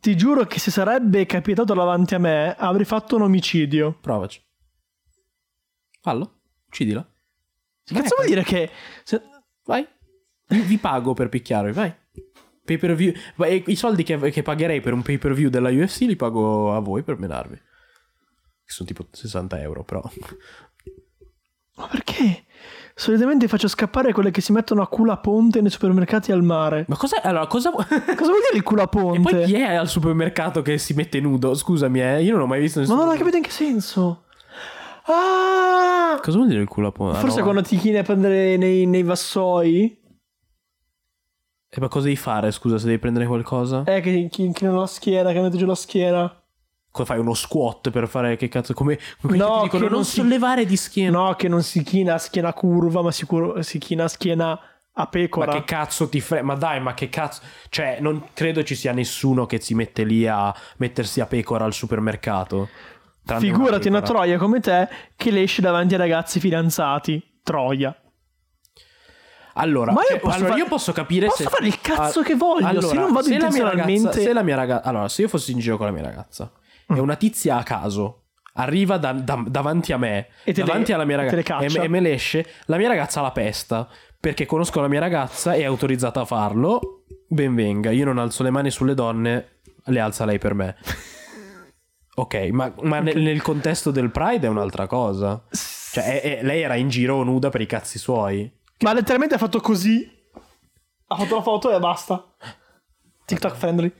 A: Ti giuro che se sarebbe capitato davanti a me, avrei fatto un omicidio.
B: Provaci. Fallo, uccidila.
A: Che cazzo vuol dire che. se-
B: Vai. Io vi pago per picchiarvi, vai. Pay per view. Ma e- I soldi che, che pagherei per un pay per view della UFC li pago a voi per menarvi. Che sono tipo 60 euro, però.
A: Ma perché? Solitamente faccio scappare quelle che si mettono a culo a ponte nei supermercati al mare.
B: Ma cosa. Allora, cosa. vu-
A: Cosa vuol dire il culo a
B: e
A: ponte?
B: poi chi è al supermercato che si mette nudo? Scusami, eh. Io non ho mai visto
A: Ma
B: nessuno.
A: non ho capito in che senso. Ah!
B: Cosa vuol dire il culo a po-
A: Forse
B: Ah, no.
A: quando ti chini a prendere nei, nei vassoi,
B: Eh, ma cosa devi fare, scusa, se devi prendere qualcosa?
A: eh, che ti chi- chinano la schiena, che metti giù la schiena.
B: Cosa fai uno squat per fare che cazzo? Come. come
A: No,
B: ti
A: che
B: dicono, non,
A: non si-
B: sollevare di schiena.
A: No, che non si china a schiena curva, ma si, cur- si china a schiena a
B: Ma
A: pecora.
B: che cazzo ti frega? Ma dai, ma che cazzo. Cioè, non credo ci sia nessuno che si mette lì a mettersi a pecora al supermercato. Tranne
A: Figurati una
B: pecora.
A: troia come te che le esce davanti ai ragazzi fidanzati. Troia.
B: Allora,
A: Ma io
B: cioè, allora, io,
A: posso
B: posso
A: fare-
B: capire
A: posso
B: se.
A: fare il cazzo che voglio, se non vado
B: se la mia
A: intenzionalmente-
B: ragazza- se la mia ragazza. Allora, se io fossi in giro con la mia ragazza
A: Mm.
B: e una tizia a caso. Arriva da- da- davanti a me,
A: E te le-
B: davanti alla mia
A: te le
B: ragazza, e,
A: caccia.
B: me- e me le esce. La mia ragazza la pesta perché conosco la mia ragazza e è autorizzata a farlo. Ben venga, io non alzo le mani sulle donne, le alza lei per me. Ok, ma, ma ne- nel contesto del Pride è un'altra cosa. Cioè, è- è- lei era in giro nuda per i cazzi suoi.
A: Ma letteralmente ha fatto così. Ha fatto la foto e basta. TikTok friendly.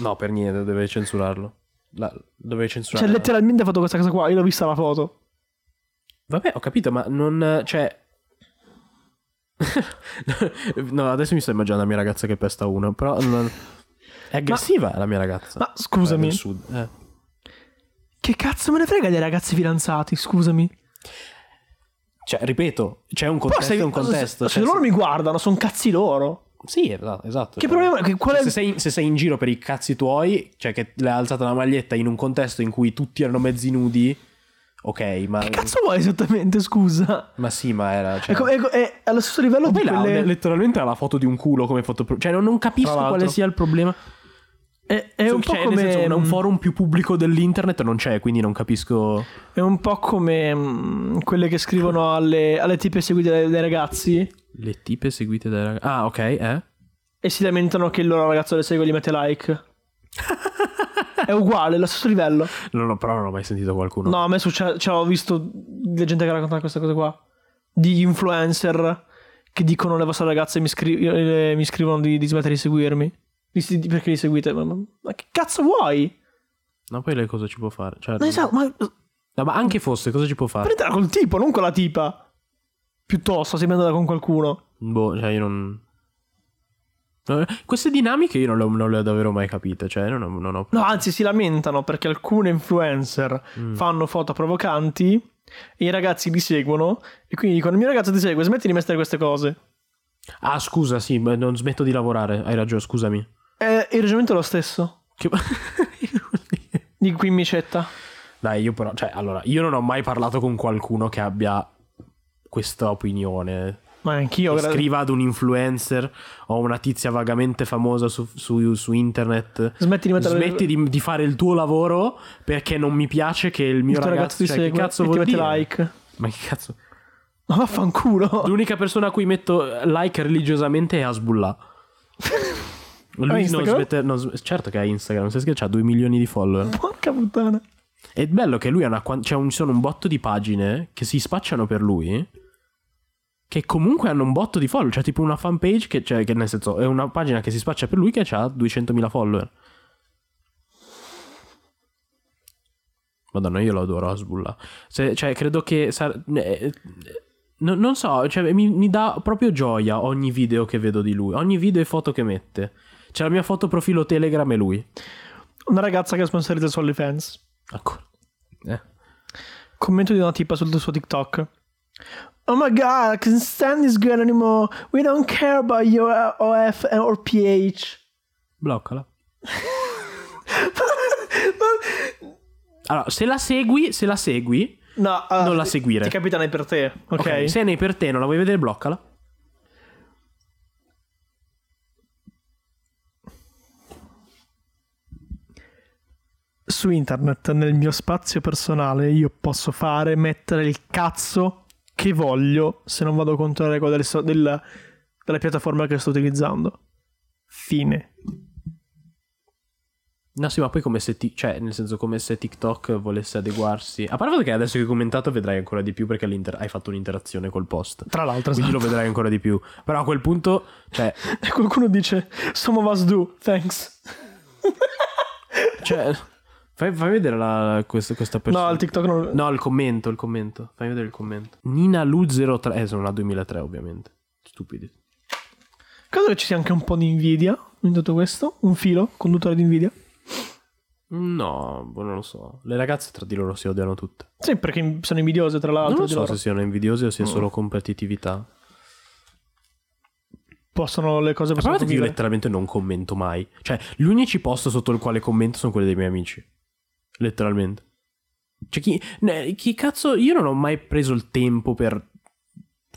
B: No, per niente, dovevi censurarlo. La, dovevi
A: Cioè,
B: censurarlo.
A: letteralmente ha fatto questa cosa qua. Io l'ho vista la foto.
B: Vabbè, ho capito, ma non. cioè. no, adesso mi sto immaginando la mia ragazza che pesta uno. Però. non- È aggressiva la mia ragazza.
A: Ma
B: Quella
A: scusami,
B: del sud, eh.
A: che cazzo me ne frega dei ragazzi fidanzati? Scusami.
B: Cioè, ripeto, c'è un
A: Però
B: contesto.
A: se,
B: è un contesto.
A: se- se
B: cioè,
A: loro mi guardano, sono cazzi loro.
B: Sì, esatto. esatto
A: Che
B: cioè.
A: problema? Che, qual è...
B: Se sei, se sei in giro per i cazzi tuoi, cioè che le hai alzato la maglietta in un contesto in cui tutti erano mezzi nudi, ok, ma.
A: che cazzo Ecco, vuoi esattamente? Scusa.
B: Ma sì, ma era.
A: È,
B: Cioè...
A: co- è co- è allo stesso livello
B: Ma
A: di
B: poi là,
A: quelle...
B: letteralmente ha la foto di un culo come foto. Cioè, non, non capisco
A: Tra l'altro.
B: quale sia il problema.
A: È, è un
B: Cioè,
A: po' come...
B: nel senso, un forum più pubblico dell'internet non c'è, quindi non capisco.
A: È un po' come mm, quelle che scrivono alle, alle tipe seguite dai, dai ragazzi
B: Le tipe seguite dai ragazzi. Ah, ok, eh.
A: e si lamentano che il loro ragazzo le segue e gli mette like. è uguale, è lo stesso livello.
B: Non ho- però non ho mai sentito qualcuno.
A: No, a me succe- cioè, ho visto la gente che racconta queste cose qua. Di influencer che dicono le vostre ragazze mi, scri- eh, mi scrivono di, di smettere di seguirmi. Di- di- di- perché li seguite? Ma, ma- ma che cazzo vuoi?
B: No, poi lei cosa ci può fare? Cioè,
A: Ma, esatto, ma
B: No, ma anche fosse, cosa ci può fare?
A: prendila col tipo, non con la tipa. Piuttosto, se mi andata con qualcuno.
B: Boh, cioè io non. Eh, Queste dinamiche io non le, ho- non le ho davvero mai capite. Cioè, non ho. non ho-
A: No, anzi, si lamentano perché alcune influencer fanno foto provocanti e i ragazzi li seguono e quindi dicono: Il mio ragazzo ti segue, smetti di mettere queste cose.
B: Ah, scusa, sì, ma non smetto di lavorare. Hai ragione, scusami.
A: E il ragionamento è lo stesso.
B: Che-
A: Di qui in micetta.
B: Dai, io però. Cioè, allora, io non ho mai parlato con qualcuno che abbia questa opinione.
A: Ma anch'io.
B: Che
A: gra-
B: scriva ad un influencer o una tizia vagamente famosa su, su- su internet.
A: Smetti di mettere
B: Smetti di, di fare il tuo lavoro perché non mi piace che il
A: il
B: mio
A: tuo ragazzo
B: ragazzo,
A: ti
B: cioè,
A: segue
B: che cazzo
A: e ti
B: vuol
A: mette
B: dire?
A: like.
B: Ma che cazzo?
A: Ma vaffanculo.
B: L'unica persona a cui metto like religiosamente è Hasbullah.
A: Ha
B: Lui non
A: Ah, Instagram?
B: smette, non sm- certo che ha Instagram, non si scherza, ha 2 milioni di follower.
A: Porca puttana.
B: È bello che lui ha una quan- cioè un, sono un botto di pagine che si spacciano per lui. Che comunque hanno un botto di follower. Cioè, tipo una fanpage che, cioè, che nel senso, è una pagina che si spaccia per lui che ha 200.000 follower. Madonna, io lo adoro Hasbullah. Se- cioè, credo che. sar- eh, no- non so, cioè, mi, mi dà proprio gioia ogni video che vedo di lui. Ogni video e foto che mette. C'è la mia foto profilo Telegram e lui.
A: Una ragazza che sponsorizza su OnlyFans.
B: Ancora. Eh.
A: Commento di una tipa sul suo TikTok. Oh my god, I can't stand this girl anymore. We don't care about your uh, OF or PH.
B: Bloccala. Allora, se la segui, se la segui,
A: No, allora,
B: Non la
A: ti-
B: seguire.
A: Ah, Ti capita nei per te, ok?
B: ok. Se nei per te non la vuoi vedere, bloccala.
A: Su internet, nel mio spazio personale, io posso fare, mettere il cazzo che voglio se non vado contro le regole del so- del- della piattaforma che sto utilizzando. Fine.
B: No, sì, ma poi come se, ti- cioè, nel senso, come se TikTok volesse adeguarsi. A parte il fatto che adesso che hai commentato vedrai ancora di più perché l'inter- hai fatto un'interazione col post.
A: Tra l'altro,
B: Quindi lo
A: esatto.
B: vedrai ancora di più. Però a quel punto, cioè,
A: qualcuno dice: Some of us do, thanks.
B: cioè, fai, fai vedere la- questa, questa persona.
A: No, il TikTok non.
B: No, il commento, il commento. Fai vedere il commento. Nina Lu03. Eh, sono la 2003, ovviamente. Stupidi.
A: Credo che ci sia anche un po' di invidia in tutto questo. Un filo, conduttore di invidia.
B: No, boh, non lo so. Le ragazze tra di loro si odiano tutte.
A: Sì, perché sono invidiose, tra l'altro.
B: non lo
A: di
B: so
A: loro. Mm.
B: se siano invidiosi o sia solo competitività.
A: Possono le cose
B: A
A: possono
B: parte che io
A: convivere.
B: letteralmente non commento mai. Cioè, gli unici post sotto il quale commento sono quelli dei miei amici. Letteralmente. Cioè, chi, ne- chi cazzo... Io non ho mai preso il tempo per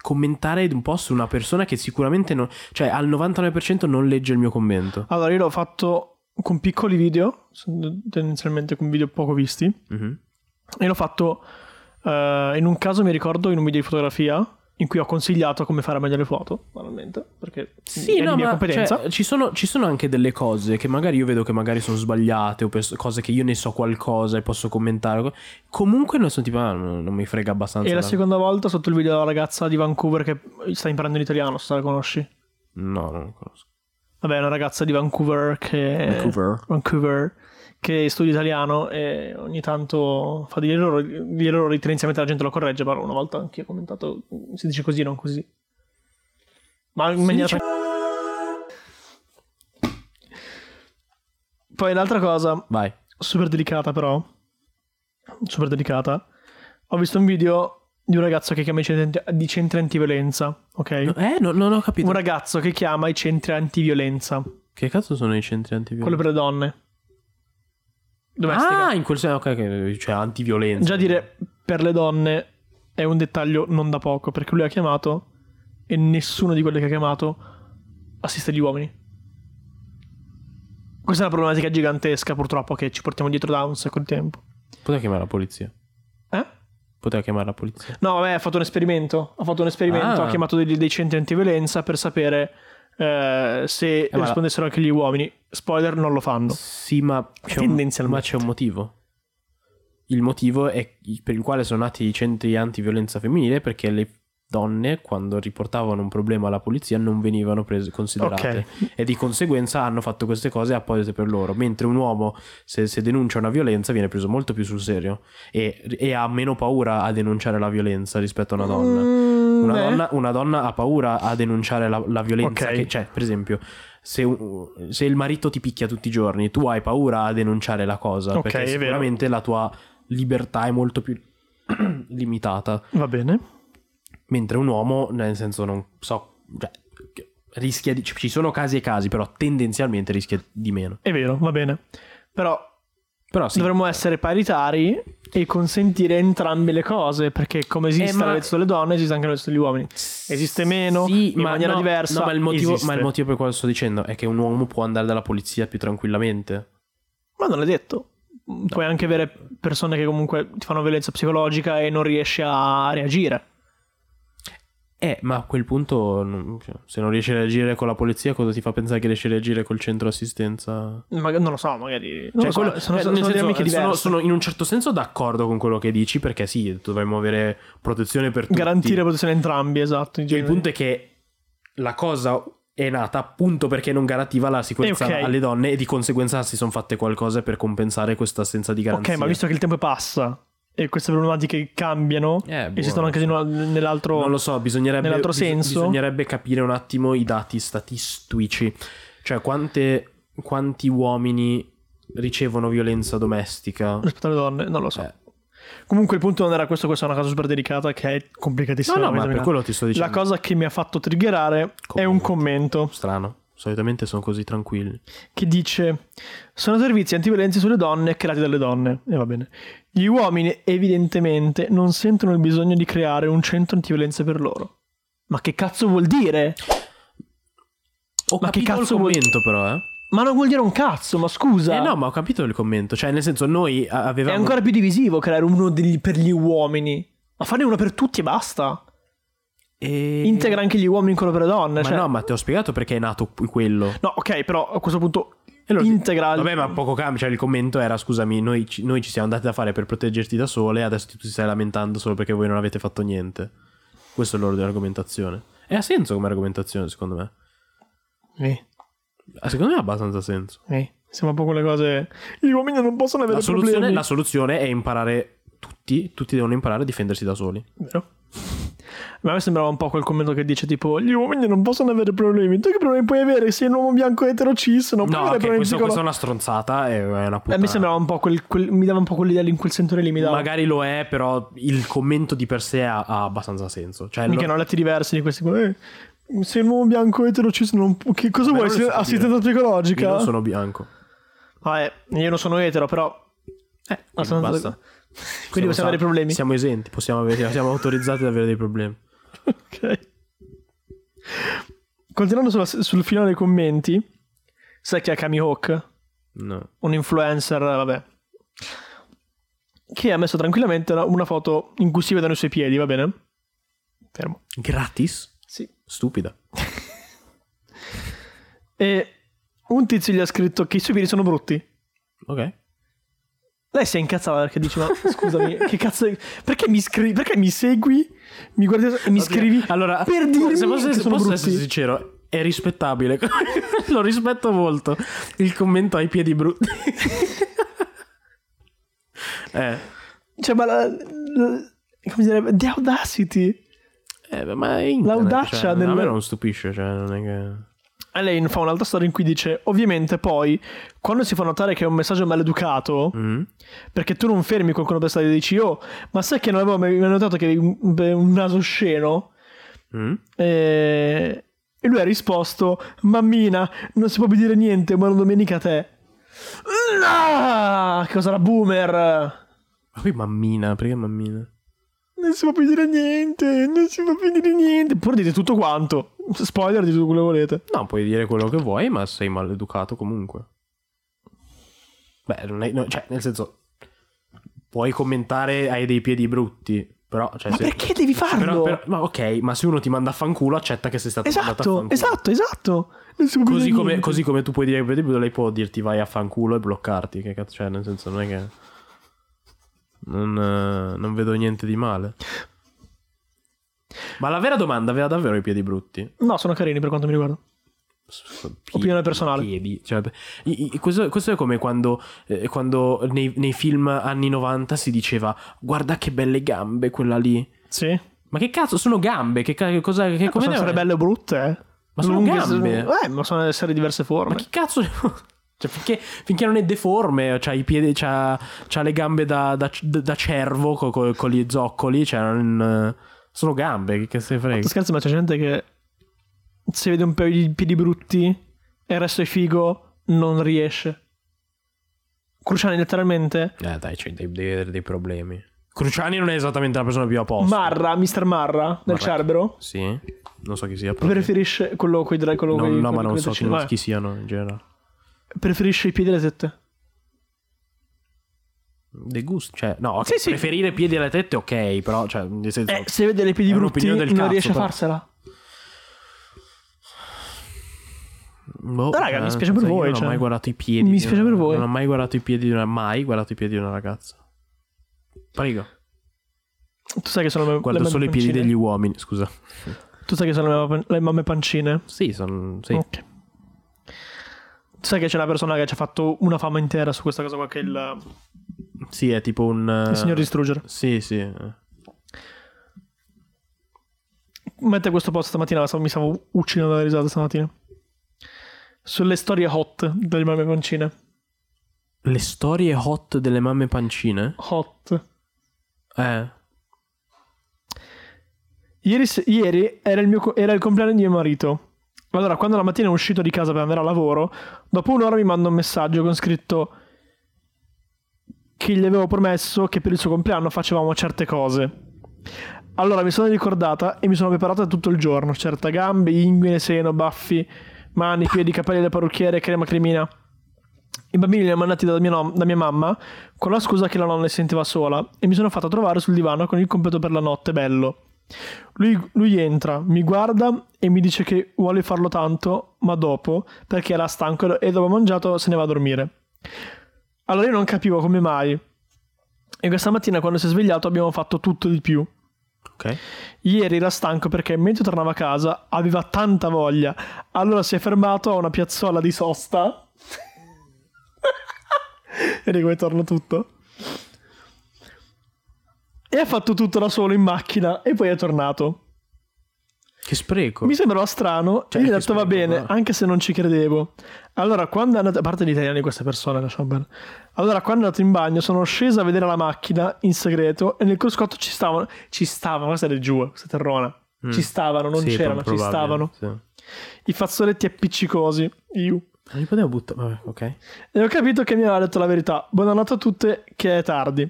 B: commentare un po' su una persona che sicuramente non... Cioè, al 99% non legge il mio commento.
A: Allora, io l'ho fatto con piccoli video, sono tendenzialmente con video poco visti.
B: Mhm.
A: E l'ho fatto eh, in un caso, mi ricordo, in un video di fotografia in cui ho consigliato come fare meglio le foto, banalmente, perché
B: Sì,
A: è
B: no,
A: la mia
B: ma
A: competenza.
B: cioè, ci, sono, ci sono anche delle cose che magari io vedo che magari sono sbagliate o pers- cose che io ne so qualcosa e posso commentare. Comunque non sono tipo, ah, non, non mi frega abbastanza.
A: E la
B: no.
A: seconda volta sotto il video della ragazza di Vancouver che sta imparando l'italiano, se la conosci.
B: No, non lo conosco.
A: Vabbè, è una ragazza di Vancouver che...
B: Vancouver.
A: Vancouver, che studia italiano e ogni tanto fa degli errori, degli errori tendenzialmente la gente lo corregge, però una volta anche io ho commentato, si dice così, non così. Ma in maniera... Poi l'altra cosa,
B: Vai.
A: super delicata però, super delicata, ho visto un video di un ragazzo che chiama i centri di centri antiviolenza, ok?
B: Eh, no- non ho capito.
A: Un ragazzo che chiama i centri antiviolenza,
B: Che cazzo sono i centri antiviolenza?
A: quello per le donne. Domestica.
B: Ah, in quel senso, ok, ok, cioè antiviolenza.
A: Già dire per le donne è un dettaglio non da poco, perché lui ha chiamato e nessuno di quelli che ha chiamato assiste gli uomini. Questa è una problematica gigantesca purtroppo che ci portiamo dietro da un sacco di tempo.
B: Poteva chiamare la polizia.
A: Eh?
B: Poteva chiamare la polizia.
A: No, vabbè, ha fatto un esperimento. Ha fatto un esperimento,
B: Ah.
A: ha chiamato dei, dei centri antiviolenza per sapere eh, se
B: ma la-
A: rispondessero anche gli uomini. Spoiler, non lo fanno.
B: Sì, ma c'è, un,
A: Tendenzialmente.
B: ma c'è un motivo. Il motivo è per il quale sono nati i centri antiviolenza femminile perché le donne, quando riportavano un problema alla polizia, non venivano prese, considerate. E di conseguenza hanno fatto queste cose apposite per loro. Mentre un uomo, se, se denuncia una violenza, viene preso molto più sul serio e, e ha meno paura a denunciare la violenza rispetto a una donna.
A: Mm,
B: Una
A: eh.
B: donna, una donna ha paura a denunciare la, la violenza.
A: Ok.
B: Che, cioè, per esempio, se, un- se il marito ti picchia tutti i giorni, tu hai paura a denunciare la cosa.
A: Ok,
B: perché
A: è vero.
B: sicuramente la tua libertà è molto più limitata.
A: Va bene.
B: Mentre un uomo, nel senso, non so. Cioè, che- rischia di. Ci sono casi e casi, però tendenzialmente rischia di meno.
A: È vero, va bene. Però
B: Però sì.
A: dovremmo essere paritari e consentire entrambe le cose, perché come esiste
B: Eh, ma-
A: la violenza delle donne, esiste anche la violenza degli uomini. Esiste meno,
B: Sì,
A: in
B: ma
A: maniera
B: no,
A: diversa.
B: no, ma, il motivo,
A: esiste.
B: ma il motivo per cui lo sto dicendo è che un uomo può andare dalla polizia più tranquillamente.
A: Ma non l'hai detto. Puoi anche avere persone che comunque ti fanno violenza psicologica e non riesci a reagire.
B: Eh, ma a quel punto, non- cioè, se non riesci a reagire con la polizia, cosa ti fa pensare che riesci a reagire col centro assistenza?
A: Ma- non lo so, magari. non
B: Cioè,
A: lo so,
B: quello-
A: sono,
B: eh,
A: sono
B: nel senso,
A: dinamiche
B: eh, sono-
A: diverse.
B: sono in un certo senso d'accordo con quello che dici, perché sì, dovremmo avere protezione per tutti. Cioè,
A: Garantire protezione a entrambi, esatto. in
B: Il
A: genere.
B: punto è che la cosa è nata appunto perché non garantiva la sicurezza
A: Eh, ok.
B: alle donne e di conseguenza si sono fatte qualcosa per compensare questa assenza di garanzia.
A: Ok, ma visto che il tempo passa e queste problematiche cambiano,
B: Eh, buono.
A: esistono anche in una- nell'altro.
B: Non lo so, bisognerebbe,
A: Nell'altro
B: bis-
A: senso?
B: bisognerebbe capire un attimo i dati statistici, cioè quante- quanti uomini ricevono violenza domestica.
A: rispetto alle donne, non lo so.
B: Eh.
A: Comunque il punto non era questo, questa è una cosa super delicata che è complicatissima.
B: No, no,
A: da
B: ma per
A: esaminare.
B: quello ti sto dicendo.
A: La cosa che mi ha fatto triggerare è un commento
B: Strano, solitamente sono così tranquilli.
A: che dice: Sono servizi antiviolenza sulle donne creati dalle donne. E va bene. Gli uomini, evidentemente, non sentono il bisogno di creare un centro antiviolenza per loro. Ma che cazzo vuol dire?
B: Ho
A: Ma che
B: capito
A: cazzo
B: il
A: vuol-
B: commento però, eh.
A: Ma non vuol dire un cazzo, ma scusa.
B: Eh no, ma ho capito il commento, cioè nel senso noi a-
A: È
B: avevamo...
A: ancora più divisivo creare uno degli- per gli uomini. Ma farne uno per tutti e basta.
B: Eh,
A: Integra anche gli uomini in quello per le donne.
B: Ma
A: cioè-
B: no, ma ti ho spiegato perché è nato p- quello.
A: No, ok, però a questo punto
B: E loro-
A: integra.
B: Vabbè, ma poco cambia. Cioè, il commento era: scusami, noi ci, noi ci siamo andati da fare per proteggerti da sole, adesso tu ti stai lamentando solo perché voi non avete fatto niente. Questo è l'oro dell'argomentazione. E ha senso come argomentazione, secondo me.
A: Eh,
B: Ah, Secondo me ha abbastanza senso.
A: eh, Siamo un po' quelle cose. Gli uomini non possono avere
B: La soluzione,
A: problemi.
B: la soluzione è imparare tutti, tutti devono imparare a difendersi da soli.
A: Vero? Ma a me sembrava un po' quel commento che dice tipo gli uomini non possono avere problemi. Tu che problemi puoi avere? Sei un uomo bianco etero cis, non
B: No,
A: puoi avere
B: ok,
A: problemi
B: questo- questa è
A: psicologici.
B: una stronzata, è è una
A: Eh,
B: puttana.
A: mi sembrava un po' quel, quel- mi dava un po' quell'idea lì in quel sentore lì mi dava.
B: Magari lo è, però il commento di per sé ha, ha abbastanza senso. Cioè,
A: Mica
B: lo-
A: hanno letti diversi di questi. Eh, sei un uomo bianco etero cis, non pu- che cosa
B: Vabbè,
A: vuoi?
B: non lo
A: Sei
B: so dire.
A: assistenza psicologica?
B: io non sono bianco.
A: Vabbè, io non sono etero, però.
B: Eh,
A: abbastanza-
B: basta.
A: Quindi possiamo avere problemi.
B: Siamo esenti, possiamo avere, siamo autorizzati ad avere dei problemi.
A: Ok. Continuando sulla- sul filone dei commenti, sai chi è Kami Hawk?
B: No.
A: Un influencer, vabbè. Che ha messo tranquillamente una- una foto in cui si vedono i suoi piedi, va bene? Fermo.
B: Gratis?
A: Sì.
B: Stupida.
A: E un tizio gli ha scritto che i suoi piedi sono brutti.
B: Ok.
A: Lei si è incazzata perché dice: Ma scusami, che cazzo. è- Perché mi, scri- perché mi segui? Mi guardi e mi scrivi?
B: Allora,
A: per dirmi
B: se posso,
A: che
B: se
A: sono
B: posso
A: brutti.
B: essere sincero, è rispettabile. Lo rispetto molto. Il commento ai piedi brutti. eh.
A: Cioè, ma. La, la- come direbbe? The audacity.
B: Eh, beh, ma è internet,
A: L'audacia
B: cioè,
A: del-
B: a me non stupisce, cioè, non è che...
A: E lei fa un'altra storia in cui dice: Ovviamente, poi, quando si fa notare che è un messaggio maleducato,
B: Mhm.
A: perché tu non fermi qualcuno per stare e dici: Oh, ma sai che non avevo mai mai notato che avevi un, beh, un naso sceno?
B: Mhm.
A: E... e lui ha risposto: Mammina, non si può più dire niente, buona domenica a te. Ah, che cosa era boomer?
B: Ma poi mammina, perché mammina?
A: Non si può più dire niente, non si può più dire niente. Pure dite tutto quanto. Spoiler di tutto quello che volete.
B: No, puoi dire quello che vuoi, ma sei maleducato comunque. Beh, non è, no, cioè, nel senso, puoi commentare hai dei piedi brutti, però... Cioè,
A: Ma
B: se-
A: perché devi farlo?
B: però- però- ma ok, ma se uno ti manda a fanculo, accetta che sei stato mandato a
A: Esatto,
B: fanculo.
A: esatto, esatto. Non si può più
B: Così
A: dire
B: come,
A: niente.
B: così come tu puoi dire che per esempio, lei può dirti vai a fanculo e bloccarti, che cazzo, cioè, nel senso, non è che... Non, eh, non vedo niente di male. Ma la vera domanda, aveva davvero i piedi brutti?
A: No, sono carini per quanto mi riguarda.
B: Pie-
A: Opinione personale.
B: piedi, cioè, i- i- questo, questo è come quando, eh, quando nei, nei film anni 90 si diceva guarda che belle gambe quella lì.
A: Sì. Eh,
B: Ma che cazzo, sono gambe? Che, ca- cosa, che come
A: possono
B: ne-
A: essere Eh, belle o brutte, eh.
B: Ma sono
A: Lunghe,
B: gambe.
A: Eh, ma sono essere diverse
B: Ma
A: forme.
B: che cazzo? Cioè, finché, finché non è deforme, c'ha, i piedi, c'ha, c'ha le gambe da, da, da cervo co- co- con gli zoccoli, cioè, non- sono gambe, che cazzo ne frega.
A: Scherzo, ma c'è gente che se vede un paio di piedi brutti e il resto è figo, non riesce. Cruciani letteralmente.
B: Eh dai, cioè, devi devi avere dei problemi. Cruciani non è esattamente la persona più a posto.
A: Marra, Mr. Marra del
B: Marra.
A: Cerbero,
B: Sì, non so chi sia. però-
A: preferisce quello coi dra- quello
B: No,
A: coi-
B: no,
A: coi-
B: ma non
A: coi
B: so chi,
A: tricicli. Vabbè.
B: chi siano in generale.
A: Preferisce i piedi e le tette.
B: dei gusti. Cioè, no, ok,
A: Sì, sì.
B: preferire piedi alle tette, ok, però, cioè, nel senso...
A: Eh, se vede le piedi
B: È
A: brutti
B: un'opinione
A: non
B: del cazzo,
A: riesce a
B: però.
A: farsela.
B: boh,
A: Raga, mi spiace per
B: io
A: voi,
B: Non
A: cioè.
B: ho mai guardato i piedi.
A: Mi
B: di
A: spiace
B: una-
A: per voi.
B: Non ho mai guardato i piedi di una, mai guardato i piedi di una ragazza. Prego.
A: Tu sai che sono le,
B: Guardo
A: le
B: solo i
A: mamme
B: piedi
A: pancine?
B: degli uomini, scusa.
A: Tu sai che sono le, mamme- le mamme pancine?
B: Sì, sono... Sì.
A: Ok. Tu sai che c'è una persona che ci ha fatto una fama intera su questa cosa qua che è il,
B: Sì, è tipo un... eh,
A: il signor distruggere.
B: Sì, sì. eh.
A: Mette questo post stamattina, stavo- mi stavo uccidendo la risata stamattina. Sulle storie hot delle mamme pancine.
B: Le storie hot delle mamme pancine?
A: Hot.
B: Eh.
A: Ieri, se- ieri era, il mio co- era il compleanno di mio marito. Allora, quando la mattina è uscito di casa per andare a lavoro, dopo un'ora mi manda un messaggio con scritto che gli avevo promesso che per il suo compleanno facevamo certe cose. Allora mi sono ricordata e mi sono preparata tutto il giorno. Certa gambe, inguine, seno, baffi, mani, piedi, capelli da parrucchiere, crema cremina. I bambini li hanno mandati da mia, nom- da mia mamma con la scusa che la nonna li sentiva sola e mi sono fatta trovare sul divano con il completo per la notte, bello. Lui, lui entra, mi guarda e mi dice che vuole farlo tanto, ma dopo, perché era stanco e dopo mangiato se ne va a dormire. Allora io non capivo come mai. E questa mattina quando si è svegliato abbiamo fatto tutto di più.
B: Ok.
A: Ieri era stanco perché mentre tornava a casa aveva tanta voglia. Allora si è fermato a una piazzola di sosta. e come torna tutto. E ha fatto tutto da solo in macchina e poi è tornato.
B: Che spreco.
A: Mi sembrava strano.
B: Cioè,
A: e gli ho
B: che
A: detto va
B: spreco,
A: bene,
B: guarda."
A: anche se non ci credevo. Allora, quando è andato. A parte gli italiani, queste persone, lasciamo bene. Allora, quando è andato in bagno, sono sceso a vedere la macchina in segreto e nel cruscotto ci stavano. Ci stavano, questa era giù, questa terrona.
B: Mm.
A: Ci stavano, non
B: Sì,
A: c'erano, ci
B: probabile,
A: stavano.
B: sì.
A: I fazzoletti appiccicosi. Iu.
B: Non li potevo buttare. Vabbè, ok.
A: E ho capito che mi aveva detto la verità. Buonanotte a tutte, che è tardi.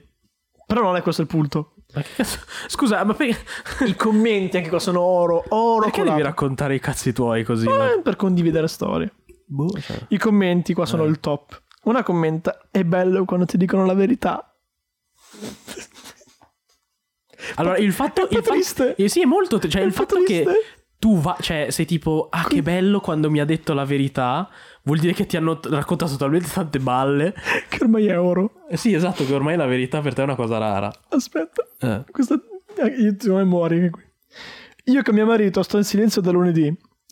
A: Però non è questo il punto.
B: Ma che cazzo? Scusa, ma perché.
A: I commenti anche qua sono oro, oro
B: Perché
A: colato.
B: devi raccontare i cazzi tuoi così? ma-
A: Eh, Per condividere storie.
B: Boh, cioè.
A: I commenti qua sono il top. Una commenta è bello quando ti dicono la verità.
B: Allora, il fatto.
A: È un po'
B: il fatto-
A: triste.
B: eh, sì, è molto. tr- Cioè,
A: È
B: il
A: un po'
B: fatto
A: triste.
B: che. Tu va, cioè, sei tipo, ah, che bello quando mi ha detto la verità. Vuol dire che ti hanno t- raccontato talmente tante balle.
A: Che ormai è oro.
B: Eh, sì, esatto, che ormai la verità per te è una cosa rara.
A: Aspetta.
B: Eh.
A: Questa... eh, Io ti vuoi muori qui. Io con mio marito sto in silenzio da lunedì.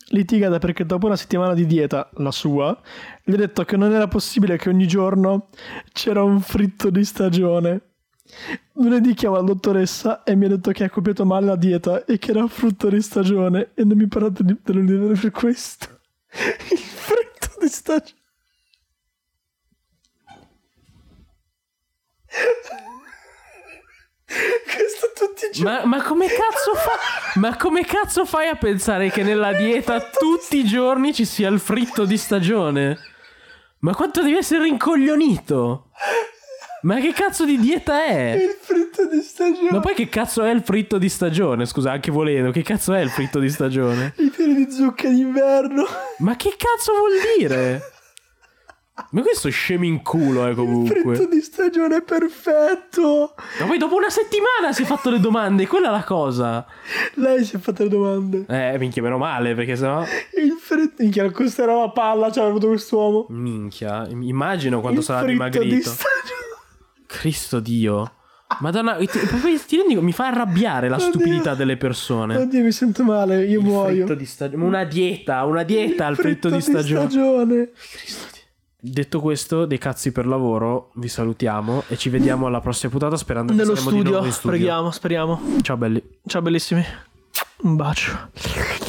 A: Litigata perché dopo una settimana di dieta, la sua, gli ho detto che non era possibile che ogni giorno c'era un fritto di stagione. Lunedì chiama la dottoressa e mi ha detto che ha copiato male la dieta e che era un frutto di stagione e non mi parlate di- dell'unione per questo. Il fritto di stagione. Questo tutti i giorni.
B: Ma, ma come cazzo fa- ma come cazzo fai a pensare che nella dieta tutti i giorni ci sia il fritto di stagione? Ma quanto devi essere rincoglionito? Ma che cazzo di dieta è?
A: Il fritto di stagione.
B: Ma poi che cazzo è il fritto di stagione? Scusa, anche volendo, che cazzo è il fritto di stagione?
A: I pieni di zucca d'inverno.
B: Ma che cazzo vuol dire? Ma questo scemi in culo, eh,
A: Il
B: comunque.
A: fritto di stagione è perfetto.
B: Ma poi dopo una settimana si è fatto le domande, quella è la cosa.
A: Lei si è fatta le domande.
B: Eh, minchia, meno male, perché sennò...
A: Il fritto. Minchia, costerà la palla. C'era avuto quest'uomo.
B: Minchia, immagino quando
A: Il
B: sarà
A: fritto
B: dimagrito.
A: di stagione.
B: Cristo Dio. Madonna, ti, poi ti rendi conto? mi fa arrabbiare la
A: Oddio.
B: stupidità delle persone.
A: Oddio, mi sento male. Io muoio.
B: Fritto di stagione. Una dieta, una dieta al
A: Il
B: fritto, di stagione.
A: stagione.
B: Detto questo, dei cazzi per lavoro, vi salutiamo e ci vediamo alla prossima puntata sperando
A: Nello
B: che saremo di
A: studio.
B: nuovo in studio.
A: Preghiamo, speriamo.
B: Ciao belli.
A: Ciao, bellissimi. Un bacio.